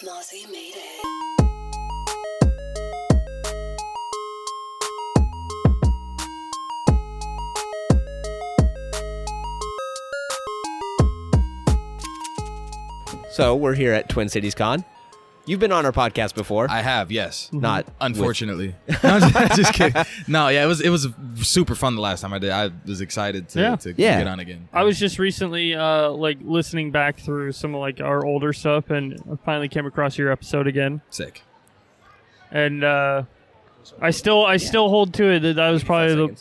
Jesse made it. So we're here at Twin Cities Con. You've been on our podcast before. I have, yes. Mm-hmm. not Unfortunately, no, I'm just, just kidding. No, yeah, it was it was super fun the last time I did. I was excited to, Yeah. to Yeah. get on again. I was just recently uh, like listening back through some of like our older stuff, and I finally came across your episode again. sick. And uh, I still, I still hold to it that that was probably the,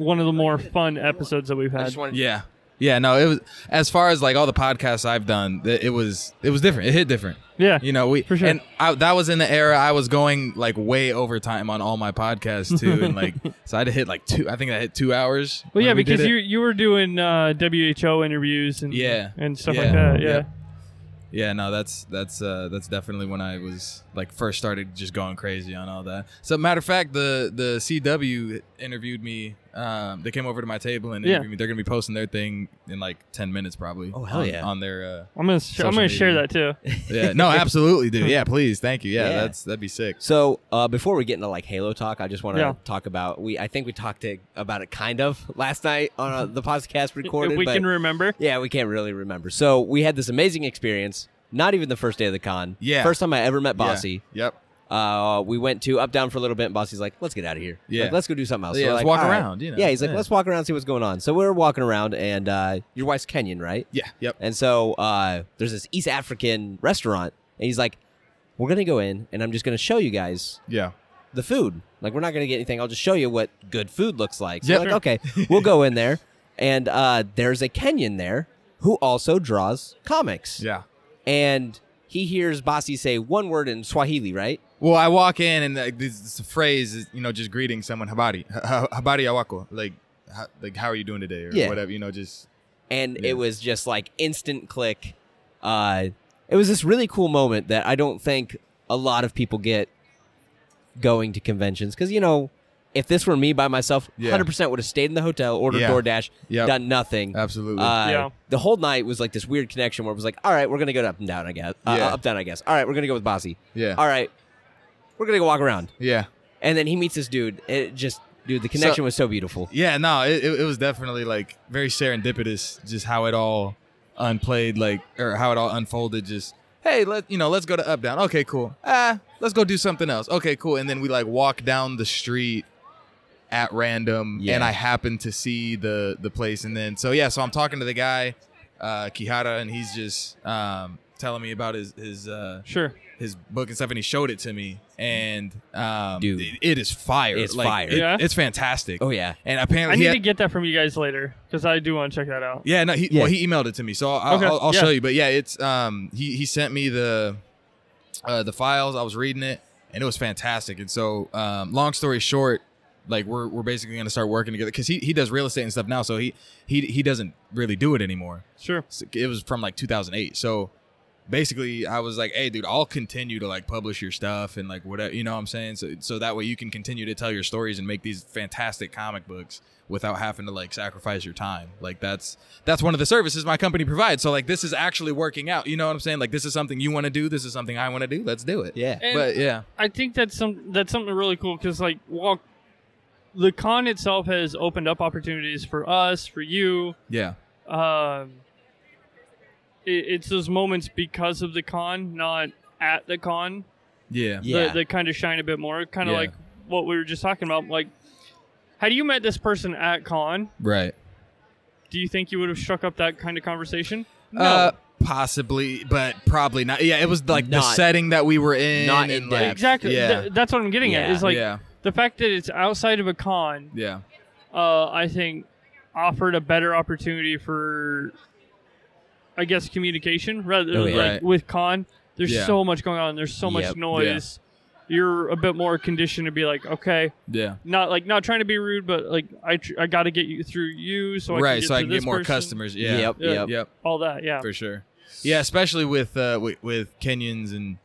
one of the more fun episodes that we've I had. just wanted Yeah, yeah. No, it was as far as like all the podcasts I've done. th- It was it was different. It hit different. Yeah, You know, we For sure. and I, that was in the era I was going like way over time on all my podcasts too, and like so I had to hit like two. I think I hit two hours. Well, when yeah, we did because it. you you were doing uh, WHO interviews and Yeah. and stuff Yeah. like that. Yeah, Yep. Yeah, no, that's that's uh, that's definitely when I was like first started just going crazy on all that. So matter of fact, the the CW interviewed me. Um, they came over to my table and Yeah. interviewed me. They're gonna be posting their thing in like ten minutes probably. Oh, hell on- yeah. On their I'm gonna sh- Social I'm gonna media. share that too. uh, yeah, no, absolutely, dude. Yeah, please, thank you. Yeah, Yeah. that's that'd be sick. So uh, before we get into like Halo talk, I just want to Yeah. talk about we. I think we talked to, about it kind of last night on uh, the podcast recorded. if we but can remember. yeah, we can't really remember. So we had this amazing experience. Not even the first day of the con. Yeah. First time I ever met Bossy. Yeah. Yep. Uh, we went to up down for a little bit, and Bossy's like, "Let's get out of here. Yeah. Like, let's go do something else. Yeah, We're let's like, walk "All right." around, you know. Yeah, he's like, Yeah. "Let's walk around, see what's going on." So we're walking around, and uh, your wife's Kenyan, right? Yeah. Yep. And so uh, there's this East African restaurant, and he's like, "We're gonna go in, and I'm just gonna show you guys Yeah. the food. Like, we're not gonna get anything. I'll just show you what good food looks like." So Yeah, we're like, okay, we'll go in there, and uh, there's a Kenyan there who also draws comics, Yeah. and he hears Bossy say one word in Swahili, right? Well, I walk in and like, this, this phrase is, you know, just greeting someone, habari, Ha- ha- habari awako, like, how, like how are you doing today or Yeah. whatever, you know, just and Yeah. it was just like instant click. Uh, it was this really cool moment that I don't think a lot of people get going to conventions because you know, if this were me by myself, Yeah. hundred percent would have stayed in the hotel, ordered Yeah. DoorDash, Yep. done nothing. absolutely. Uh, Yeah. The whole night was like this weird connection where it was like, all right, we're gonna go to up and down, I guess. Uh, Yeah. up down, I guess. All right, we're gonna go with Bossy. yeah. All right, we're gonna go walk around, Yeah. and then he meets this dude. It just, dude, the connection was so beautiful. Yeah, no, it, it, it was definitely like very serendipitous, just how it all unplayed, like or how it all unfolded. Just hey, let you know, let's go to up down. Okay, cool. Ah, let's go do something else. Okay, cool. And then we like walk down the street at random, Yeah. and I happen to see the the place, and then so yeah, so I'm talking to the guy, uh, Kihara, and he's just um, telling me about his his. Uh, Sure. his book and stuff, and he showed it to me, and um, Dude. it- it is fire. It's Like, fire. it- Yeah. It's fantastic. Oh yeah, And I apparently, need he had- to get that from you guys later because I do want to check that out. yeah, no, he, Yeah. well, he emailed it to me, so I'll, Okay, I'll, I'll yeah. show you. But yeah, it's um, he he sent me the uh, the files. I was reading it, and it was fantastic. And so, um, long story short, like we're we're basically gonna start working together because he, he does real estate and stuff now, so he he he doesn't really do it anymore. Sure. So It was from like 2008, so basically I was like, hey, dude, I'll continue to like publish your stuff and like whatever, you know what I'm saying? So so that way you can continue to tell your stories and make these fantastic comic books without having to like sacrifice your time. Like that's that's one of the services my company provides. So like this is actually working out. You know what I'm saying? Like this is something you want to do. This is something I want to do. Let's do it. yeah, And- But yeah, I think that's some that's something really cool because like walk the con itself has opened up opportunities for us for you. yeah, Um, it, it's those moments because of the con, not at the con, yeah, yeah. that, that kind of shine a bit more. Kind of Yeah. like what we were just talking about. Like, had you met this person at con, right. do you think you would have struck up that kind of conversation? No. Uh, possibly, but probably not. Yeah, it was like the Not- setting that we were in. not in and, like, depth. Exactly. Yeah. Th- that's what I'm getting at. Yeah. Is like yeah, the fact that it's outside of a con. yeah, uh, I think offered a better opportunity for, I guess, communication rather Oh, yeah. like Right. with con. There's Yeah. so much going on. There's so Yep. much noise. You're a bit more conditioned to be like, okay, yeah. not like not trying to be rude, but like I tr- I got to get you through you so I right, can get so to I can this get more person, customers. Yeah. Yep, Yeah. yep. Yep. All that, yeah. for sure. Yeah, especially with uh, with, with Kenyans and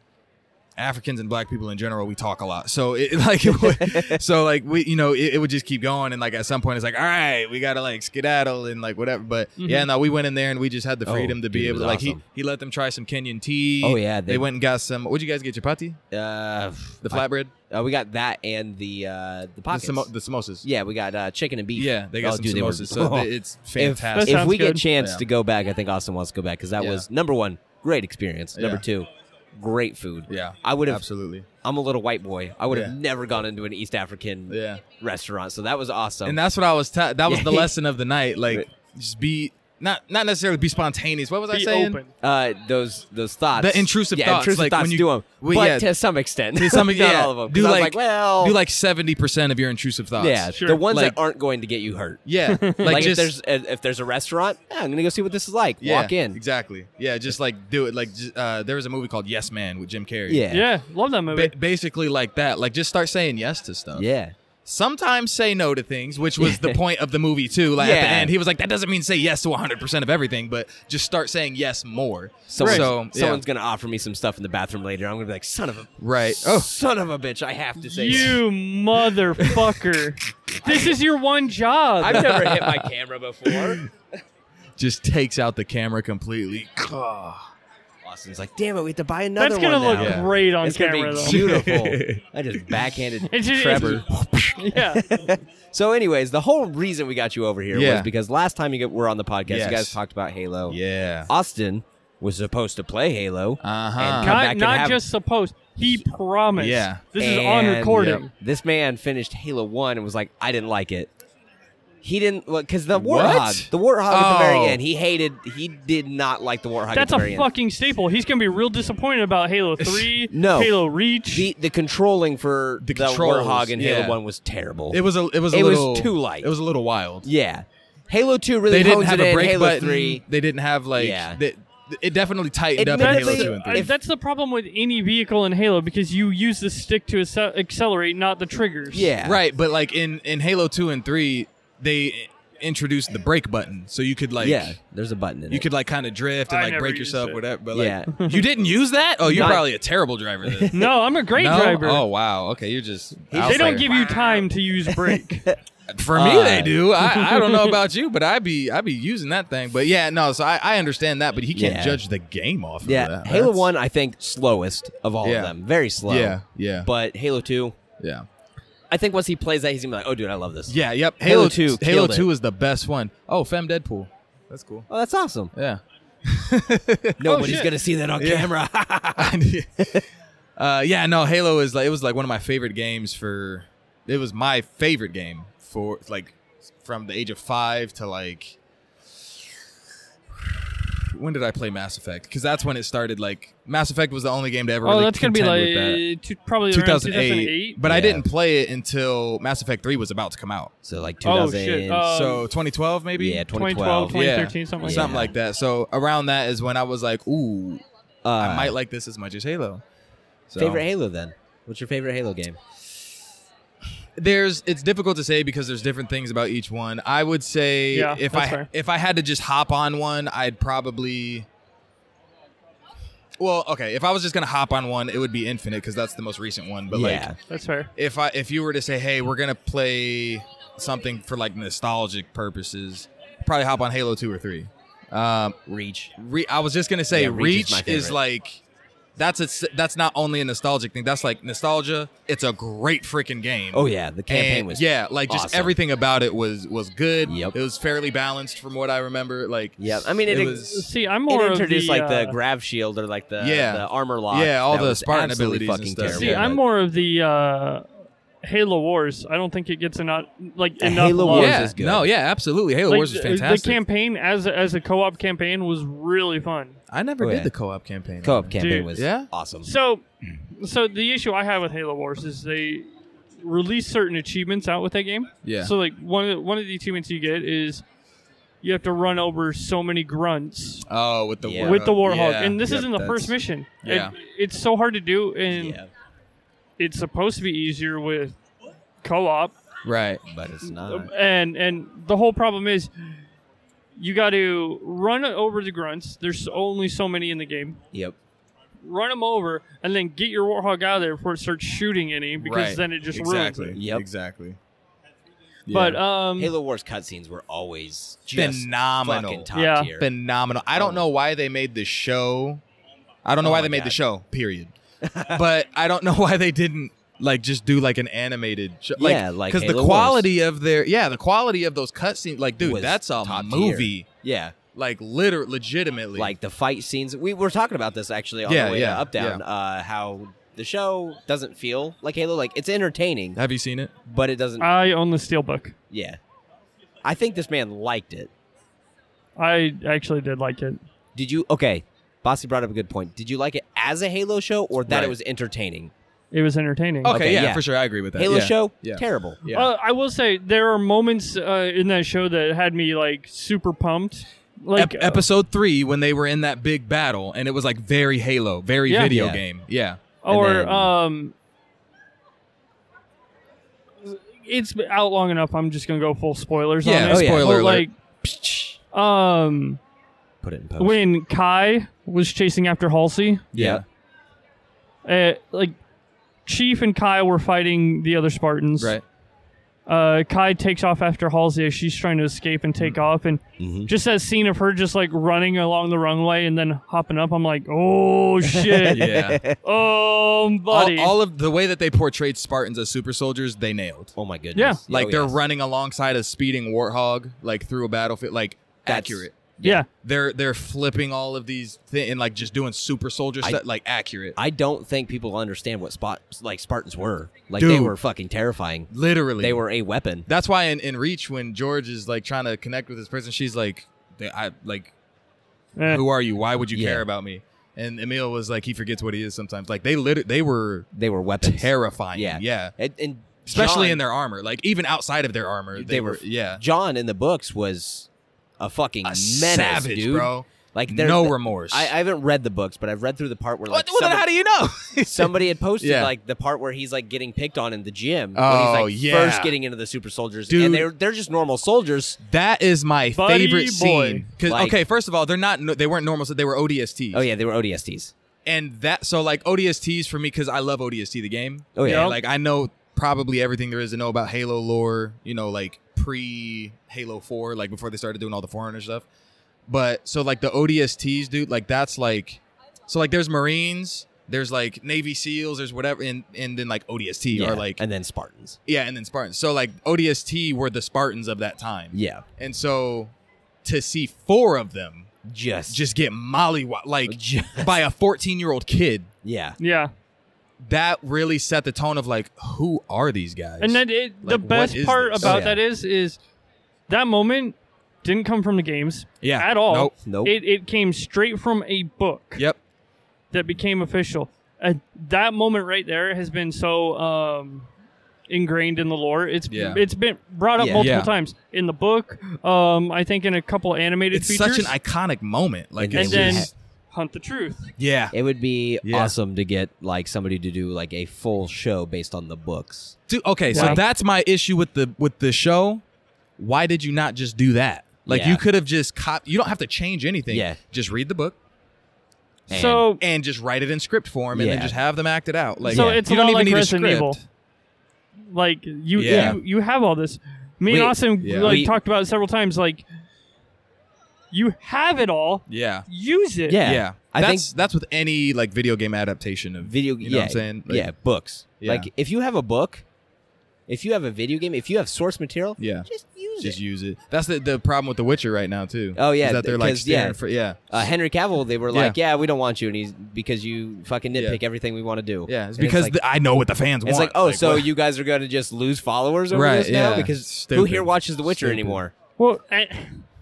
Africans and black people in general, we talk a lot. So it like it would, so like we you know it, it would just keep going and like at some point it's like all right we gotta like skedaddle and like whatever. But Mm-hmm. yeah, no, we went in there and we just had the Oh, freedom to be dude, it able was to like awesome. he he let them try some Kenyan tea. Oh, yeah, they, they- went and got some. What'd you guys get? Chapati, Uh, the I- flatbread, uh, we got that and the uh, the the, pockets. samo- the samosas. yeah, we got uh, chicken and beef. Yeah, they Oh, got some dude, they were- samosas. so they- it's If, fantastic. That if we get sounds good. a chance Yeah. to go back, I think Austin wants to go back because that Yeah. was number one, great experience. Number Yeah. two, great food. yeah, I would have. absolutely. I'm a little white boy. I would have Yeah. never gone into an East African Yeah. restaurant, so that was awesome. And that's what I was. Ta- that was the Yeah. lesson of the night. Like, Oh. Right. just be not not necessarily be spontaneous. What was I Be saying? open. uh, those those thoughts, The intrusive yeah, thoughts, intrusive like, when thoughts you- do them, well, but yeah. to some extent, To some- not yeah. all of them. Do 'Cause I was like- well, Do like seventy percent of your intrusive thoughts. yeah, Sure. the ones Like- that aren't going to get you hurt. yeah. Like, Hmm. Like, just if there's if there's a restaurant, yeah, I'm gonna go see what this is like. yeah, Walk in. exactly. Yeah, just like do it. Like just, uh, there was a movie called Yes Man with Jim Carrey. Yeah. Yeah, love that movie. Ba- basically like that. Like just start saying yes to stuff. Yeah. Sometimes say no to things, which was the point of the movie too. Like at the Yeah. end, he was like, "That doesn't mean say yes to 100 percent of everything, but just start saying yes more." Someone's, So yeah. someone's gonna offer me some stuff in the bathroom later. I'm gonna be like, son of a right. Oh, son of a bitch. I have to say, You motherfucker. this is your one job. I've never hit my camera before. just takes out the camera completely. Austin's like, damn it, we have to buy another That's gonna one look now. Yeah. great on It's gonna camera, though. be beautiful. I just backhanded It's just- Trevor. yeah. So, anyways, the whole reason we got you over here Yeah. was because last time you get, were on the podcast, Yes. you guys talked about Halo. Yeah. Austin was supposed to play Halo. Oh. Uh And huh. come back Not, and not have- just supposed. He promised. Yeah. This is on And recording. This man finished Halo One and was like, "I didn't like it." He didn't because the What? warthog, the warthog at the Oh. very end, he hated. He did not like the warthog. That's at the very a end. fucking staple. He's gonna be real disappointed about Halo 3, No. Halo Reach. The the controlling for The the, controls, warthog in yeah. Halo One was terrible. It was a. It was. A It was little, too light. It was a little wild. yeah, Halo Two really they didn't hones have it a in. break Halo button. Three. They didn't have like. Yeah. They, it definitely It tightened up in definitely- Halo that's, two and the, three. I- that's the problem with any vehicle in Halo because you use the stick to acce- accelerate, not the triggers. Yeah, Right, but like in in Halo two and three, they introduced the break button, so you could like. yeah, there's a button in You it. could like kind of drift and I like never break used yourself, it. whatever. But Yeah. like, you didn't use that? Oh, you're Not- probably a terrible driver. Then. No, I'm a great no? driver. Oh wow. Okay, you're just. they don't outsider. give you time to use brake. For me, Uh, they do. I, I don't know about you, but I be I be using that thing. But yeah, no. So I, I understand that, but he can't Yeah. judge the game off yeah, of that. Halo That's- One, I think slowest of all Yeah. of them. Very slow. Yeah, yeah, but Halo Two, yeah, I think once he plays that, he's gonna be like, "Oh, dude, I love this." yeah. Yep. Halo Halo, 2 two. Halo killed it. two is the best one. Oh, Fem Deadpool. That's cool. Oh, that's awesome. Yeah. Nobody's shit. gonna see that on Oh, Yeah. camera. uh, yeah. No, Halo is like it was like one of my favorite games for. It was my favorite game for like from the age of five to like. When did I play Mass Effect? Because that's when it started. Like Mass Effect was the only game to ever. oh, really that's gonna be contend with that. like two, probably around 2008, 2008. But I Yeah. didn't play it until Mass Effect 3 was about to come out. so like Oh, 2000. shit. Uh, Um, so 2012 maybe? yeah, 2012. 2012, 2013, something like something that. like that. So around that is when I was like, ooh, Uh, I might like this as much as Halo. So favorite Halo then. What's your favorite Halo game? there's it's difficult to say because there's different things about each one. I would say Yeah, if that's I fair. if I had to just hop on one, I'd probably well, okay. If I was just gonna hop on one, it would be Infinite because that's the most recent one. But like, yeah, That's fair. if I if you were to say, hey, we're gonna play something for like nostalgic purposes, probably hop on Halo two or three. Um, Reach. re- I was just gonna say, Yeah, Reach is Reach, my is, favorite. like that's a s that's not only a nostalgic thing. That's like nostalgia. It's a great freaking game. Oh yeah, the campaign And, was yeah, like just awesome. everything about it was was good. Yep. It was fairly balanced from what I remember. Like Yeah, I mean it, It it, was- See, I'm more it of introduced the, like uh, the grav shield or like the Yeah. the armor lock. Yeah, all That the was Spartan absolutely abilities and fucking stuff. terrible. See, I'm but more of the uh, Halo Wars. I don't think it gets enough like Uh, enough Halo love. Wars yeah, is good. no, yeah, absolutely. Halo Like, Wars is the- fantastic. The campaign as as a co-op campaign was really fun. I never Oh, did yeah. the co-op campaign. co-op campaign Dude, was yeah? awesome. So, so the issue I have with Halo Wars is they release certain achievements out with that game. Yeah. So like one of the, one of the achievements you get is you have to run over so many grunts Oh, with the Yeah. Warhawk. with the Warhawk, Yeah. and this Yep, isn't the that's- first mission. It- yeah. it's so hard to do, and yeah, it's supposed to be easier with co-op. Right. but it's not. and and the whole problem is you got to run over the grunts. There's only so many in the game. Yep. run him over, and then get your warthog out of there before it starts shooting any, because Right. then it just exactly. ruins it. Yep. Exactly. But Yeah. um, Halo Wars cutscenes were always just phenomenal. fucking top Yeah. tier. phenomenal. I don't know why they made the show. I don't know Oh why my they made the God. show. Period. but I don't know why they didn't like just do like an animated show. Like, Yeah, like because the Halo quality of their yeah the quality of those cutscenes like dude Was that's a top tier. movie yeah, like liter legitimately like the fight scenes. We were talking about this actually on Yeah, the way yeah, to up down. Uh, how the show doesn't feel like Halo. Like it's entertaining, have you seen it but it doesn't. I own the steelbook. yeah, I think this man liked it. I actually did like it. Did you? Okay, Bossy brought up a good point. Did you like it as a Halo show, or that Right. it was entertaining? It was entertaining. okay, Okay, yeah, yeah. for sure I agree with that Halo yeah. show, yeah. terrible. Oh, yeah Uh, I will say there are moments uh, in that show that had me like super pumped. Like uh, Ep- episode three when they were in that big battle and it was like very Halo very Yeah. video Yeah. game yeah uh, or and then- um, it's been out long enough. I'm just gonna go full spoilers Yeah, on it. oh, yeah. But, spoiler alert. Like um, Put it in post. when Kai was chasing after Halsey, Yeah. uh, like Chief and Kai were fighting the other Spartans. right Uh, Kai takes off after Halsey as she's trying to escape and Mm. take off, and Mhm. just that scene of her just like running along the runway and then hopping up. I'm like, oh shit, yeah um, buddy. all, all of the way that they portrayed Spartans as super soldiers they nailed Oh my goodness! Yeah. like Oh, they're yes. running alongside a speeding warthog like through a battlefield like That's- accurate yeah. they're they're flipping all of these thi- and like just doing super soldier I- stuff like accurate I don't think people understand what spot like Spartans were. Like they Dude. were fucking terrifying. literally They were a weapon. that's why in, in reach when george is like trying to connect with this person she's like they, i like Eh. who are you why would you Yeah. care about me and emil was like he forgets what he is sometimes like they lit they were They were weapons. terrifying Yeah. yeah yeah And, and especially John- in their armor like even outside of their armor they, They were were, yeah John in the books was a fucking A menace, savage dude. bro Like there, no remorse I, I haven't read the books, but I've read through the part where like What- well, then somebody, how do you know somebody had posted Yeah. like the part where he's like getting picked on in the gym. Oh, when he's, like, yeah. First getting into the super soldiers, Dude. and they're they're just normal soldiers. That is my Buddy favorite boy. scene. 'Cause- Like- okay, first of all, they're not no- they weren't normal, so they were ODSTs. Oh yeah, they were ODSTs. and that so like ODSTs for me because I love ODST the game. Oh yeah, Yeah. Like I know probably everything there is to know about Halo lore. You know, like pre Halo Four, like before they started doing all the Forerunner stuff. But so like the ODSTs, dude, like that's like so like there's Marines, there's like Navy SEALs, there's whatever, and and then like ODST yeah. or like and then Spartans. yeah, and then Spartans. So like ODST were the Spartans of that time. Yeah, And so to see four of them just just get mollywopped like Just- by a 14 year old kid, yeah. Yeah, that really set the tone of like, who are these guys? and then it, the Like, what best is part this? about Oh, yeah. that is is that moment didn't come from the games yeah, at all. Nope. Nope. It it came straight from a book Yep. that became official. Uh, that moment right there has been so um, ingrained in the lore. It's Yeah. it's been brought up Yeah. multiple Yeah. times in the book. Um, I think in a couple animated It's features. such an iconic moment. Like, And and it's then just- hunt the truth. yeah, It would be Yeah. awesome to get like somebody to do like a full show based on the books. Dude, okay. Yeah. So that's my issue with the with the show. Why did you not just do that? Like, Yeah. you could have just cop. You don't have to change anything. Yeah. just read the book And- so and just write it in script form, and then Yeah. just have them act it out. Like, So yeah. it's you a don't lot even like need Resident a script. Evil. like you Yeah. you, you have all this. Me We- and Austin yeah. like we- talked about it several times. Like you have it all, Yeah. use it. Yeah. Yeah. I that's think- that's with any like video game adaptation of video You yeah, know what I'm saying? Like, yeah, books. Yeah. Like if you have a book, if you have a video game, if you have source material, Yeah. just use Just it. use it. That's the, the problem with The Witcher right now too. Oh, yeah, Is that they're like 'cause, yeah. steering for yeah. Uh, Henry Cavill, they were like, "Yeah, we don't want you," and he's because you fucking Yeah. nitpick everything we want to do. Yeah, it's And because like, the- I know what the fans it's want. like, oh, so what- you guys are going to just lose followers over Right, this now yeah. because who Stupid. here watches The Witcher Stupid. anymore? Well, and,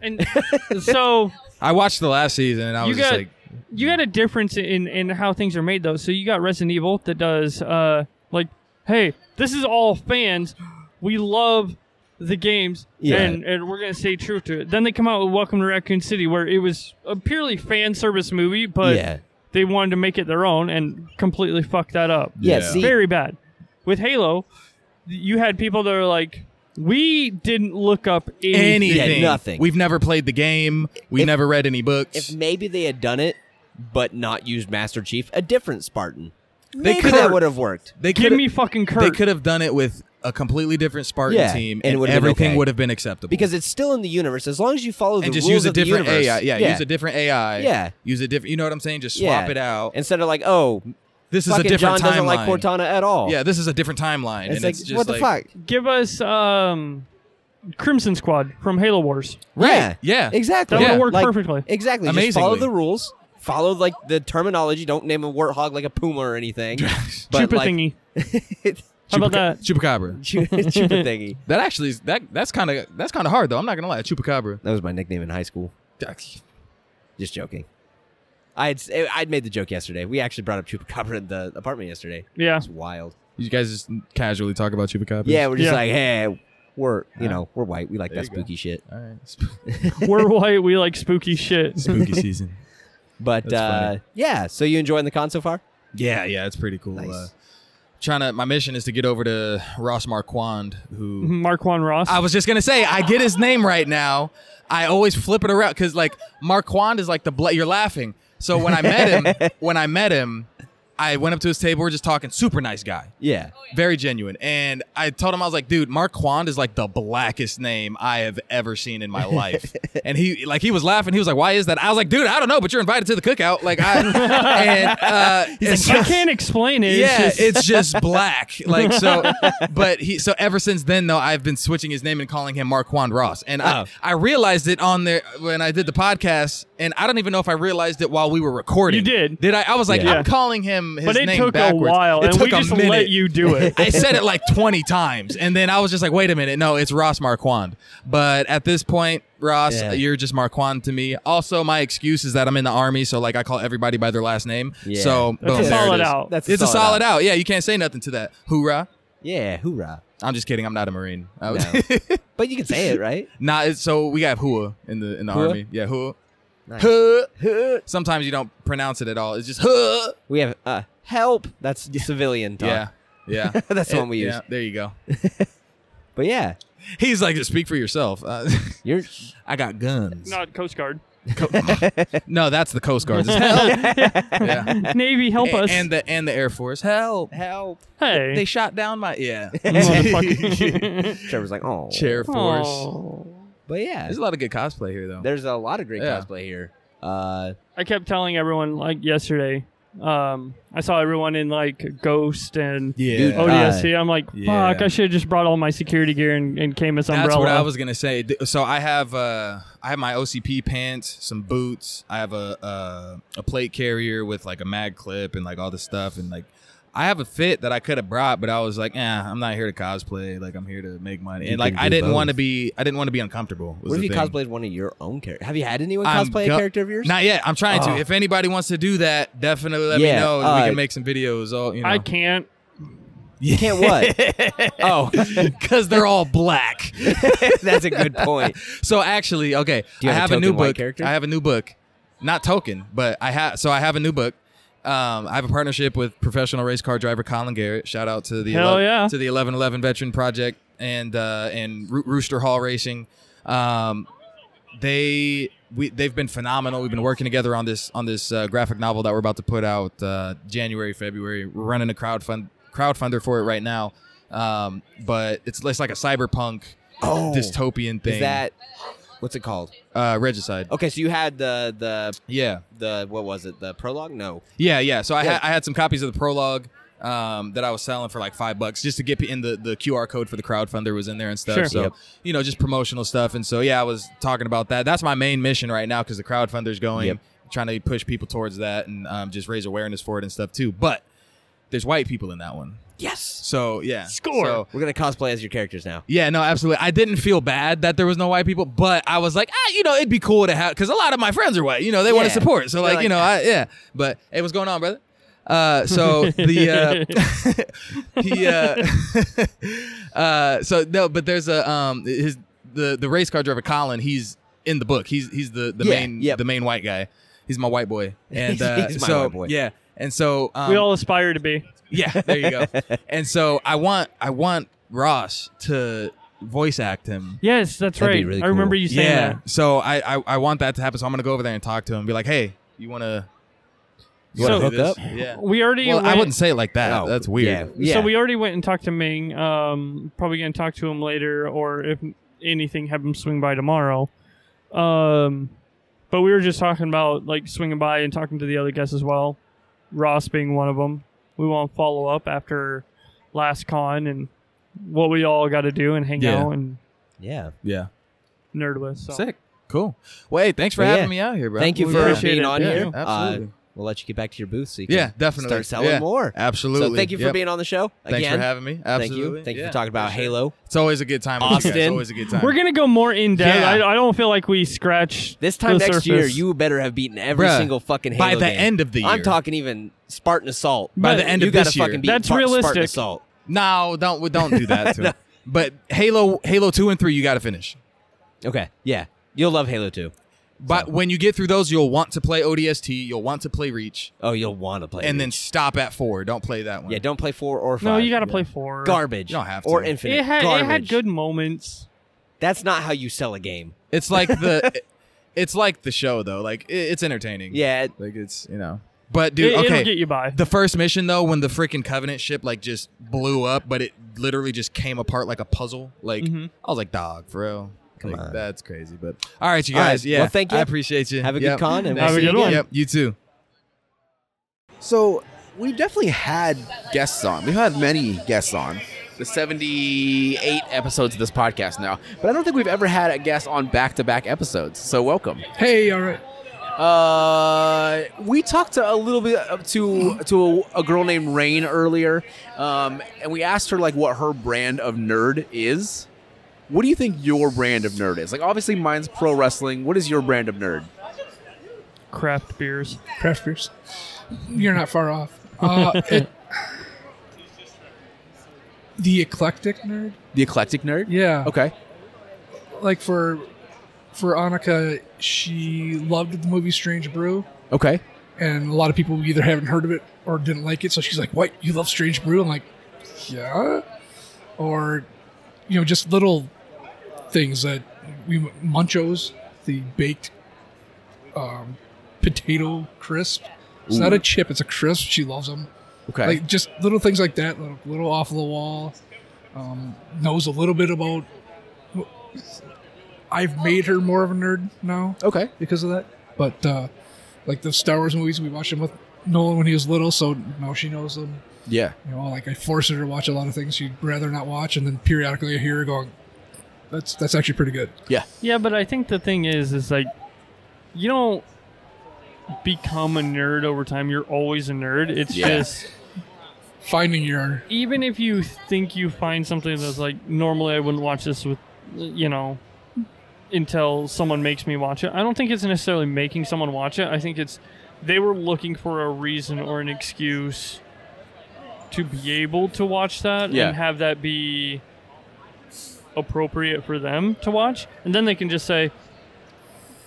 and so oh, I watched the last season and I You was just got- like, you got a difference in in how things are made though. So you got Resident Evil that does uh like, hey, this is all fans. We love the games Yeah. and, and we're gonna stay true to it. Then they come out with Welcome to Raccoon City where it was a purely fan service movie, but yeah, they wanted to make it their own and completely fucked that up. yeah. Yeah. See, Very bad. With Halo, you had people that are like, we didn't look up anything. anything, nothing. We've never played the game. We If- never read any books. if maybe they had done it but not used Master Chief, a different Spartan. They Maybe could- that would have worked. They Give coulda- me fucking They Kurt. could have done it with a completely different Spartan Yeah, team, and it and, would've been everything okay. would have been acceptable. Because it's still in the universe as long as you follow the and just rules use a of the different universe. AI. Yeah, use a different AI. Yeah. use a different. You know what I'm saying? Just swap Yeah. it out. Instead of like, oh, This is a fucking different John doesn't timeline. like Cortana at all. Yeah, this is a different timeline, it's and like it's just what like, the fuck? Give us um, Crimson Squad from Halo Wars. Yeah. Yeah, Exactly. That Yeah. would work Like, perfectly. Exactly. Just follow Amazingly. the rules. Follow like the terminology. Don't name a warthog like a puma or anything. but Chupa like thingy. How about that? Chupacabra. Chupa thingy. That actually is that. That's kind of that's kind of hard though. I'm not gonna lie. Chupacabra. That was my nickname in high school. Just joking. I had eh, I'd made the joke yesterday. We actually brought up chupacabra in the apartment yesterday. Yeah. It's wild. You guys just casually talk about chupacabra. Yeah, we're just Yeah. like, hey, we're you Yeah. know we're white. We like There that you go. spooky shit. All right. We're white. We like spooky shit. Spooky season. But That's uh, funny. yeah, so you enjoying the con so far? Yeah, yeah, it's pretty cool. Nice. Uh, trying to. My mission is to get over to Ross Marquand, who. Mm-hmm. Marquand Ross. I was just gonna say, I get his name right now. I always flip it around because like Marquand is like the bla- you're laughing. So when I met him, when I met him, I went up to his table. We're just talking. Super nice guy, Yeah. very genuine. And I told him I was like, dude, Marquand is like the blackest name I have ever seen in my life. and he like he was laughing. He was like, why is that? I was like, dude, I don't know, but you're invited to the cookout. Like I and uh, it's I just- can't explain it. yeah, it's just, it's just black. Like so, but he so ever since then though I've been switching his name and calling him Marquand Ross, and Oh. I I realized it on there when I did the podcast, and I don't even know if I realized it while we were recording. You did. Did I? I was like, Yeah. I'm calling him his but it name took backwards. a while, It and took we a just minute. let you do it. I said it like 20 times, and then I was just like, wait a minute, no, it's Ross Marquand. But at this point, Ross, Yeah. you're just Marquand to me. Also, my excuse is that I'm in the army, so like I call everybody by their last name. Yeah. So That's boom, there a it solid is. out. That's It's, a solid out. Yeah, you can't say nothing to that. Hoorah. Yeah, hoorah. I'm just kidding. I'm not a Marine. I No. was- But you can say it, right? nah, it's, so we got hua in the in the Hua? army. Yeah, hua. Nice. Huh. Sometimes you don't pronounce it at all. It's just huh. We have uh, help. That's civilian talk. Yeah. Yeah. That's the It- one we use. yeah, there you go. But yeah, He's like, just speak for yourself. Uh, you're I got guns. Not Coast Guard. No, that's the Coast Guard. help. yeah. Navy, help A- us. And the and the Air Force. Help. help. hey. They shot down my yeah. Motherfucker. Trevor's like, oh, Chair Force. Aw. But yeah, There's a lot of good cosplay here though. there's a lot of great Yeah. cosplay here. Uh, I kept telling everyone like yesterday. Um, I saw everyone in like Ghost and yeah. Dude, oh, ODST. I'm like, fuck! Yeah. I should have just brought all my security gear and, and came as umbrella. That's what I was gonna say. D- So I have uh, I have my OCP pants, some boots. I have a uh, a plate carrier with like a mag clip and like all this stuff, and like I have a fit that I could have brought, but I was like, eh, I'm not here to cosplay. Like I'm here to make money, You and like can I do didn't both. want to be I didn't want to be uncomfortable. was what if the you thing. cosplayed one of your own characters? Have you had anyone I'm cosplay go- a character of yours? Not yet. I'm trying Oh. to. If anybody wants to do that, definitely let Yeah, me know. and uh, we can make some videos. All you know. I can't. you can't what? oh, because they're all black. that's a good point. So actually, okay, Do you I have have a a, new token white book. character? I have a new book, not token, but I have. So I have a new book. Um, I have a partnership with professional race car driver Colin Garrett. Shout out to the Hell yeah. to the eleven eleven veteran project and uh, and Roo- Rooster Hall Racing. Um, they we they've been phenomenal. We've been working together on this on this uh, graphic novel that we're about to put out uh, January February. We're running a crowdfund crowdfunder for it right now. Um, but it's it's like a cyberpunk Oh, dystopian thing. is that what's it called? Uh, regicide. Okay, so you had the the Yeah, the what was it? The prologue? No. yeah, yeah. So I, Yeah. Had, I had some copies of the prologue um, that I was selling for like five bucks just to get in the the QR code for the crowdfunder was in there and stuff. Sure. So Yep. you know, just promotional stuff. And so yeah, I was talking about that. That's my main mission right now because the crowdfunder's going, Yep. trying to push people towards that and um, just raise awareness for it and stuff too. But there's white people in that one, Yes. so yeah, Score. So, We're gonna cosplay as your characters now. Yeah, no, absolutely. I didn't feel bad that there was no white people, but I was like, ah, you know, it'd be cool to have because a lot of my friends are white. You know, they want Yeah. to support. So They're like, like, "Ah." you know, I yeah. But hey, what's going on, brother? Uh, so the uh, he uh, uh, so no, but there's a um his the the race car driver Colin. He's in the book. He's he's the the Yeah, main yep. the main white guy. He's my white boy, and uh, He's my so white boy. yeah, and so um, we all aspire to be. yeah, there you go. and so I want I want Ross to voice act him. Yes, that's That'd be right. really I remember cool. you saying So I, I I want that to happen. So I'm gonna go over there and talk to him. and Be like, hey, you wanna You want to So- hook up? Yeah. We already Well, I went- wouldn't say it like that. No. That's weird. Yeah. Oh. yeah. So we already went and talked to Ming. Um, probably gonna talk to him later, or if anything, have him swing by tomorrow. Um, but we were just talking about like swinging by and talking to the other guests as well. Ross being one of them. We want to follow up after last con and what we all got to do and hang Yeah. out and yeah. Yeah. nerd with. So. Sick. Cool. Well, hey, thanks for Well, having yeah. me out here, bro. Thank you We for appreciate being it. on Yeah, here. absolutely. Uh, we'll let you get back to your booth so you can Yeah, definitely. start selling Yeah, more. Absolutely. So thank you for Yep. being on the show Thanks again. for having me. Thank Absolutely. you. Thank you Yeah, for talking about appreciate it. Halo. It's always a good time. with you guys. Austin. It's always a good time. We're gonna go more in depth. Yeah. I, I don't feel like we scratched This time the next year, surface. you better have beaten every Bruh, single fucking Halo by the game. end of the I'm year. talking even Spartan Assault. By the end you of gotta this year. fucking beat That's Bar- Spartan realistic. Assault. No, don't we don't do that to him. But Halo, Halo two and three, you got to finish. Okay, yeah, you'll love Halo 2. But when you get through those, you'll want to play ODST. You'll want to play Reach, Oh, you'll want to play. and it. then stop at four. Don't play that one. yeah, don't play four or five. no, you got to play four. garbage. You don't have to. or infinite. It had garbage. it had good moments. That's not how you sell a game. it's like the, it's like the show though. Like it, it's entertaining. Yeah, it- like it's you know. But dude, it, okay. will get you by. The first mission though, when the freaking Covenant ship like just blew up, but it literally just came apart like a puzzle. Like Mhm. I was like, dog, for real. Mm-hmm. Come Like, on. that's crazy. But all right, you All right. guys. Yeah, Well, thank you. I appreciate you. Have a good Yep. con. And Have we'll a see you good one. Yep, you too. So we've definitely had guests on. We've had many guests on. The 78 episodes of this podcast now. But I don't think we've ever had a guest on back to back episodes. So welcome. Hey, all right. Uh, we talked to a little bit uh, to to a, a girl named Rain earlier, um, and we asked her like what her brand of nerd is. What do you think your brand of nerd is? Like, obviously, mine's pro wrestling. What is your brand of nerd? craft beers. Craft beers. You're not far off. Uh, it- the eclectic nerd. The eclectic nerd. Yeah. Okay. Like for for Annika, she loved the movie Strange Brew, Okay. and a lot of people either haven't heard of it or didn't like it. So she's like, "What? You love Strange Brew?" I'm like, "Yeah." Or, you know, just little things that we munchos, the baked um, potato crisp. It's not a chip; it's a crisp. She loves them. Okay. Like just little things like that, little, little off the wall. Um, knows a little bit about. I've made her more of a nerd now okay. because of that. But uh, like the Star Wars movies, we watched them with Nolan when he was little, so now she knows them. Yeah. You know, like I force her to watch a lot of things she'd rather not watch, and then periodically I hear her going, "That's that's actually pretty good." Yeah, but I think the thing is, is like, you don't become a nerd over time. You're always a nerd. It's Yeah. just Finding your even if you think you find something that's like normally I wouldn't watch this with, you know, until someone makes me watch it. I don't think it's necessarily making someone watch it. I think it's they were looking for a reason or an excuse to be able to watch that Yeah. and have that be appropriate for them to watch and then they can just say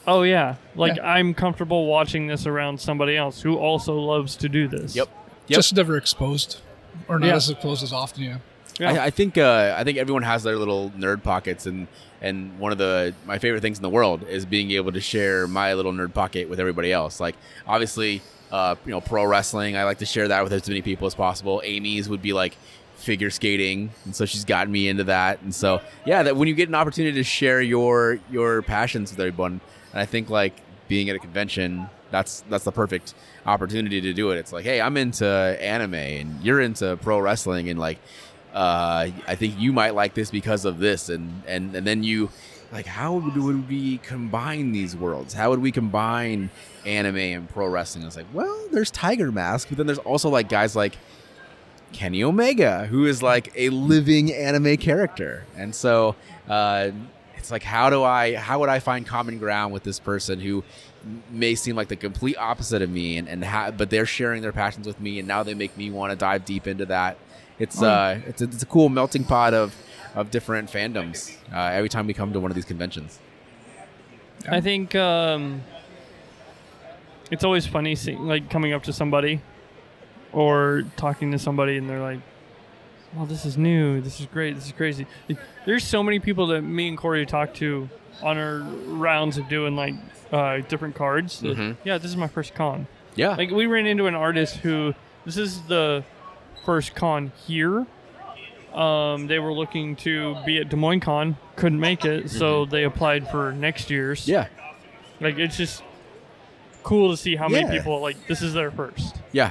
oh yeah like i'm comfortable watching this around somebody else who also loves to do this Yep. Yep. just never exposed, or not Yeah. as exposed as often. Yeah. Yeah. I, I think uh, I think everyone has their little nerd pockets, and and one of the my favorite things in the world is being able to share my little nerd pocket with everybody else. Like obviously, uh, you know, pro wrestling. I like to share that with as many people as possible. Amy's would be like figure skating, and so she's gotten me into that. And so yeah, that when you get an opportunity to share your your passions with everyone, and I think like being at a convention. That's that's the perfect opportunity to do it. It's like, hey, I'm into anime and you're into pro wrestling and like uh, I think you might like this because of this, and and and then you like how would, would we combine these worlds? How would we combine anime and pro wrestling? It's like, well, there's Tiger Mask, but then there's also like guys like Kenny Omega, who is like a living anime character, and so uh, it's like, how do I? How would I find common ground with this person who? may seem like the complete opposite of me and, and ha- but they're sharing their passions with me and now they make me want to dive deep into that it's uh, it's a, it's a cool melting pot of of different fandoms. Uh, every time we come to one of these conventions. I think um, it's always funny seeing like coming up to somebody or talking to somebody and they're like, "Well, this is new. This is great. This is crazy." Like, there's so many people that me and Corey talk to on our rounds of doing like uh, different cards. that, Mhm. yeah, this is my first con. Yeah. Like we ran into an artist who this is the first con here. Um, they were looking to be at Des Moines Con, couldn't make it, so they applied for next year's. yeah. Like it's just cool to see how Yeah. many people like this is their first. Yeah,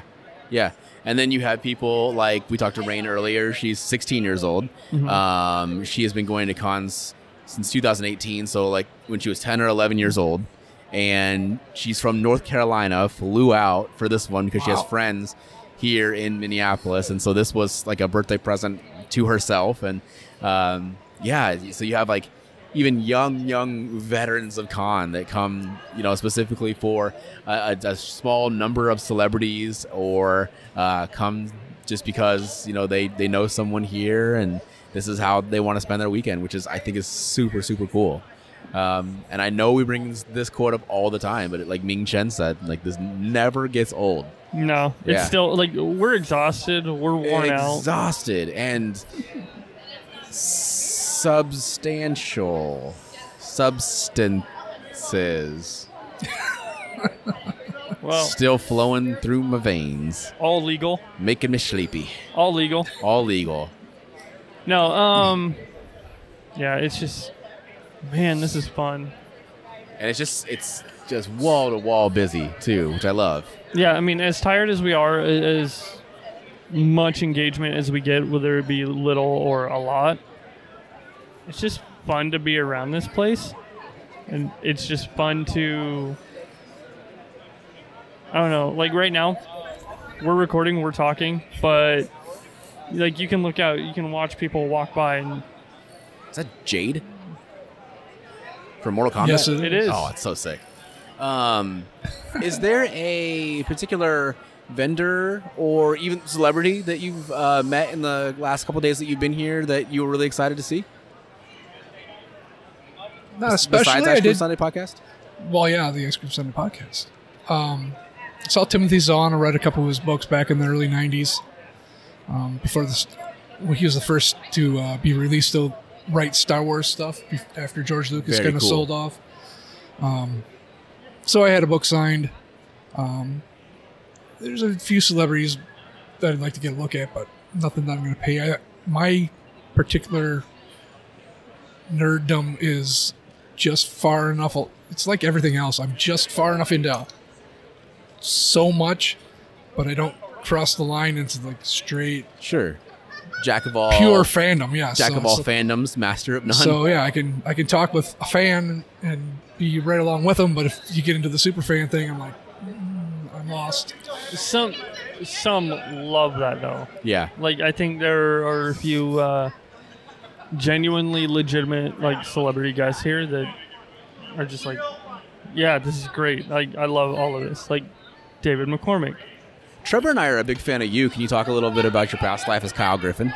yeah. And then you have people like we talked to Rain earlier. She's 16 years old. Um, she has been going to cons since 2018. So like when she was 10 or 11 years old, and she's from North Carolina, flew out for this one because she has friends here in Minneapolis, and so this was like a birthday present to herself. And um, yeah, so you have like even young young veterans of con that come you know specifically for a, a, a small number of celebrities or uh, come just because you know they they know someone here and this is how they want to spend their weekend which is i think is super super cool um, and i know we bring this, this quote up all the time but it, like ming chen said like this never gets old No, it's Yeah. still like we're exhausted, we're worn out. exhausted and substantial substances Well, still flowing through my veins, all legal, making me sleepy. all legal. All legal. No, um, yeah, it's just, man, this is fun. And it's just it's just wall to wall busy too, which I love. Yeah, I mean, as tired as we are, a- as much engagement as we get, whether it be little or a lot, it's just fun to be around this place. And it's just fun to, I don't know, like right now, we're recording, we're talking, but like you can look out, you can watch people walk by, and Is that Jade? From Mortal Kombat? Yes, it it is. Oh, it's so sick. Um, is there a particular vendor or even celebrity that you've uh, met in the last couple days that you've been here that you were really excited to see? Not especially. Besides I Ice Cream did. Sunday podcast? Well, yeah, the Ice Cream Sunday podcast. Um, saw Timothy Zahn. I read a couple of his books back in the early '90s. Um, before this, well, he was the first to uh, be released to write Star Wars stuff bef- after George Lucas Very kind of cool. sold off. Um, so I had a book signed. Um, there's a few celebrities that I'd like to get a look at, but nothing that I'm going to pay. I, my particular nerddom is just far enough. It's like everything else. I'm just far enough into so much, but I don't cross the line into like straight Sure. Jack of all pure fandom. Yeah, Jack so, of all so, fandoms, master of none. so yeah, I can I can talk with a fan and be right along with them. But if you get into the super fan thing, I'm like, mm, I'm lost. some some love that though. yeah. Like I think there are a few uh, genuinely legitimate like celebrity guys here that are just like, yeah, this is great. Like I love all of this. Like David McCormick. Trevor and I are a big fan of you. Can you talk a little bit about your past life as Kyle Griffin?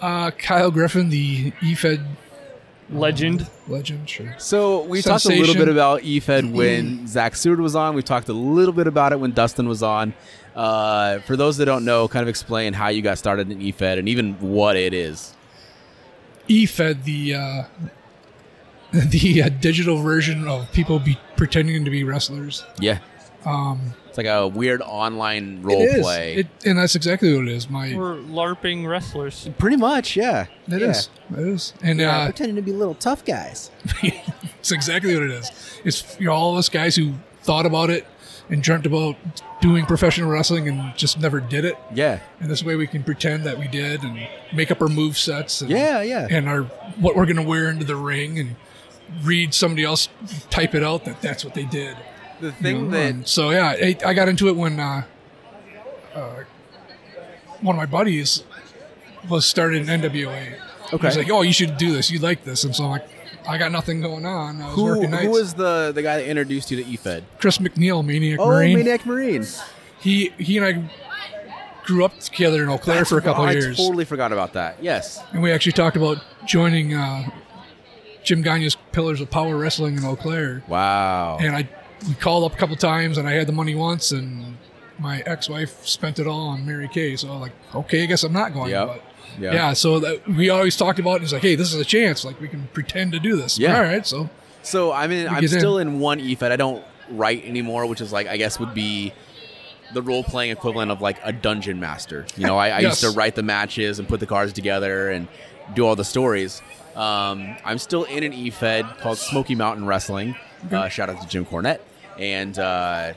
Uh, Kyle Griffin, the EFED Legend. legend, sure. So we talked a little Sensation. bit about EFED when Zach Seward was on. We talked a little bit about it when Dustin was on. Uh, for those that don't know, kind of explain how you got started in EFED and even what it is. EFED, the uh, the uh, digital version of people be pretending to be wrestlers. Yeah, Um, it's like a weird online it role is, play. It, and that's exactly what it is. My We're LARPing wrestlers. Pretty much, yeah. it yeah. is, it is, and Yeah, uh, pretending to be little tough guys. it's exactly what it is. It's you know, all of us guys who thought about it and dreamt about doing professional wrestling and just never did it. Yeah, And this way, we can pretend that we did and make up our move sets. And, yeah, yeah. and our what we're going to wear into the ring and read somebody else type it out that that's what they did. The you thing know? that And so yeah, I, I got into it when uh, uh, one of my buddies was started in NWA. He was like, "Oh, you should do this. You like this." And so I'm like, "I got nothing going on. I was who working nights." who was the the guy that introduced you to EFED? Chris McNeil, Maniac Oh, Marine. Maniac Marine. He he and I grew up together in Eau Claire for a couple I years, totally forgot about that. Yes. and we actually talked about joining uh, Jim Gagne's Pillars of Power Wrestling in Eau Claire. Wow. and I we called up a couple times, and I had the money once, and my ex-wife spent it all on Mary Kay. So I was like, okay, I guess I'm not going. Yep. But yeah. so that we always talked about. It, and he's like, hey, this is a chance. Like we can pretend to do this. Yeah. All right. So So I'm in. I'm get in. still in one EFED. I don't right anymore, which is like I guess would be the role playing equivalent of like a dungeon master. You know, I, I used to Yes. write the matches and put the cards together and do all the stories. Um, I'm still in an EFED called Smoky Mountain Wrestling. Uh, shout out to Jim Cornette. And uh,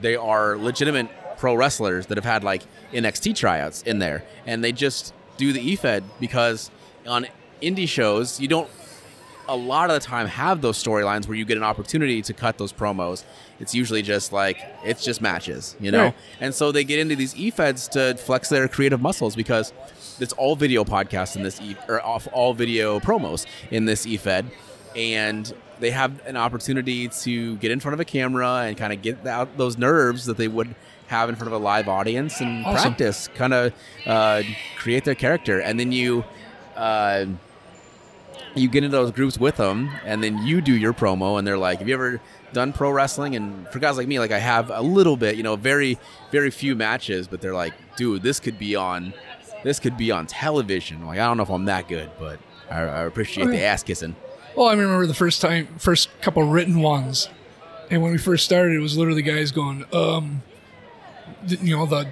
they are legitimate pro wrestlers that have had like NXT tryouts in there. And they just do the EFED because on indie shows, you don't a lot of the time have those storylines where you get an opportunity to cut those promos. It's usually just like it's just matches, you know. Right. And so they get into these e-feds to flex their creative muscles because it's all video podcasts in this e- or off all video promos in this e-fed, and they have an opportunity to get in front of a camera and kind of get out those nerves that they would have in front of a live audience and Awesome. practice, kind of uh, create their character, and then you. Uh, you get into those groups with them and then you do your promo and they're like have you ever done pro wrestling and for guys like me like i have a little bit you know very very few matches but they're like dude this could be on this could be on television like i don't know if i'm that good but i, I appreciate the ass kissing Well, I remember the first time, first couple written ones, and when we first started, it was literally guys going, um, th- you know, the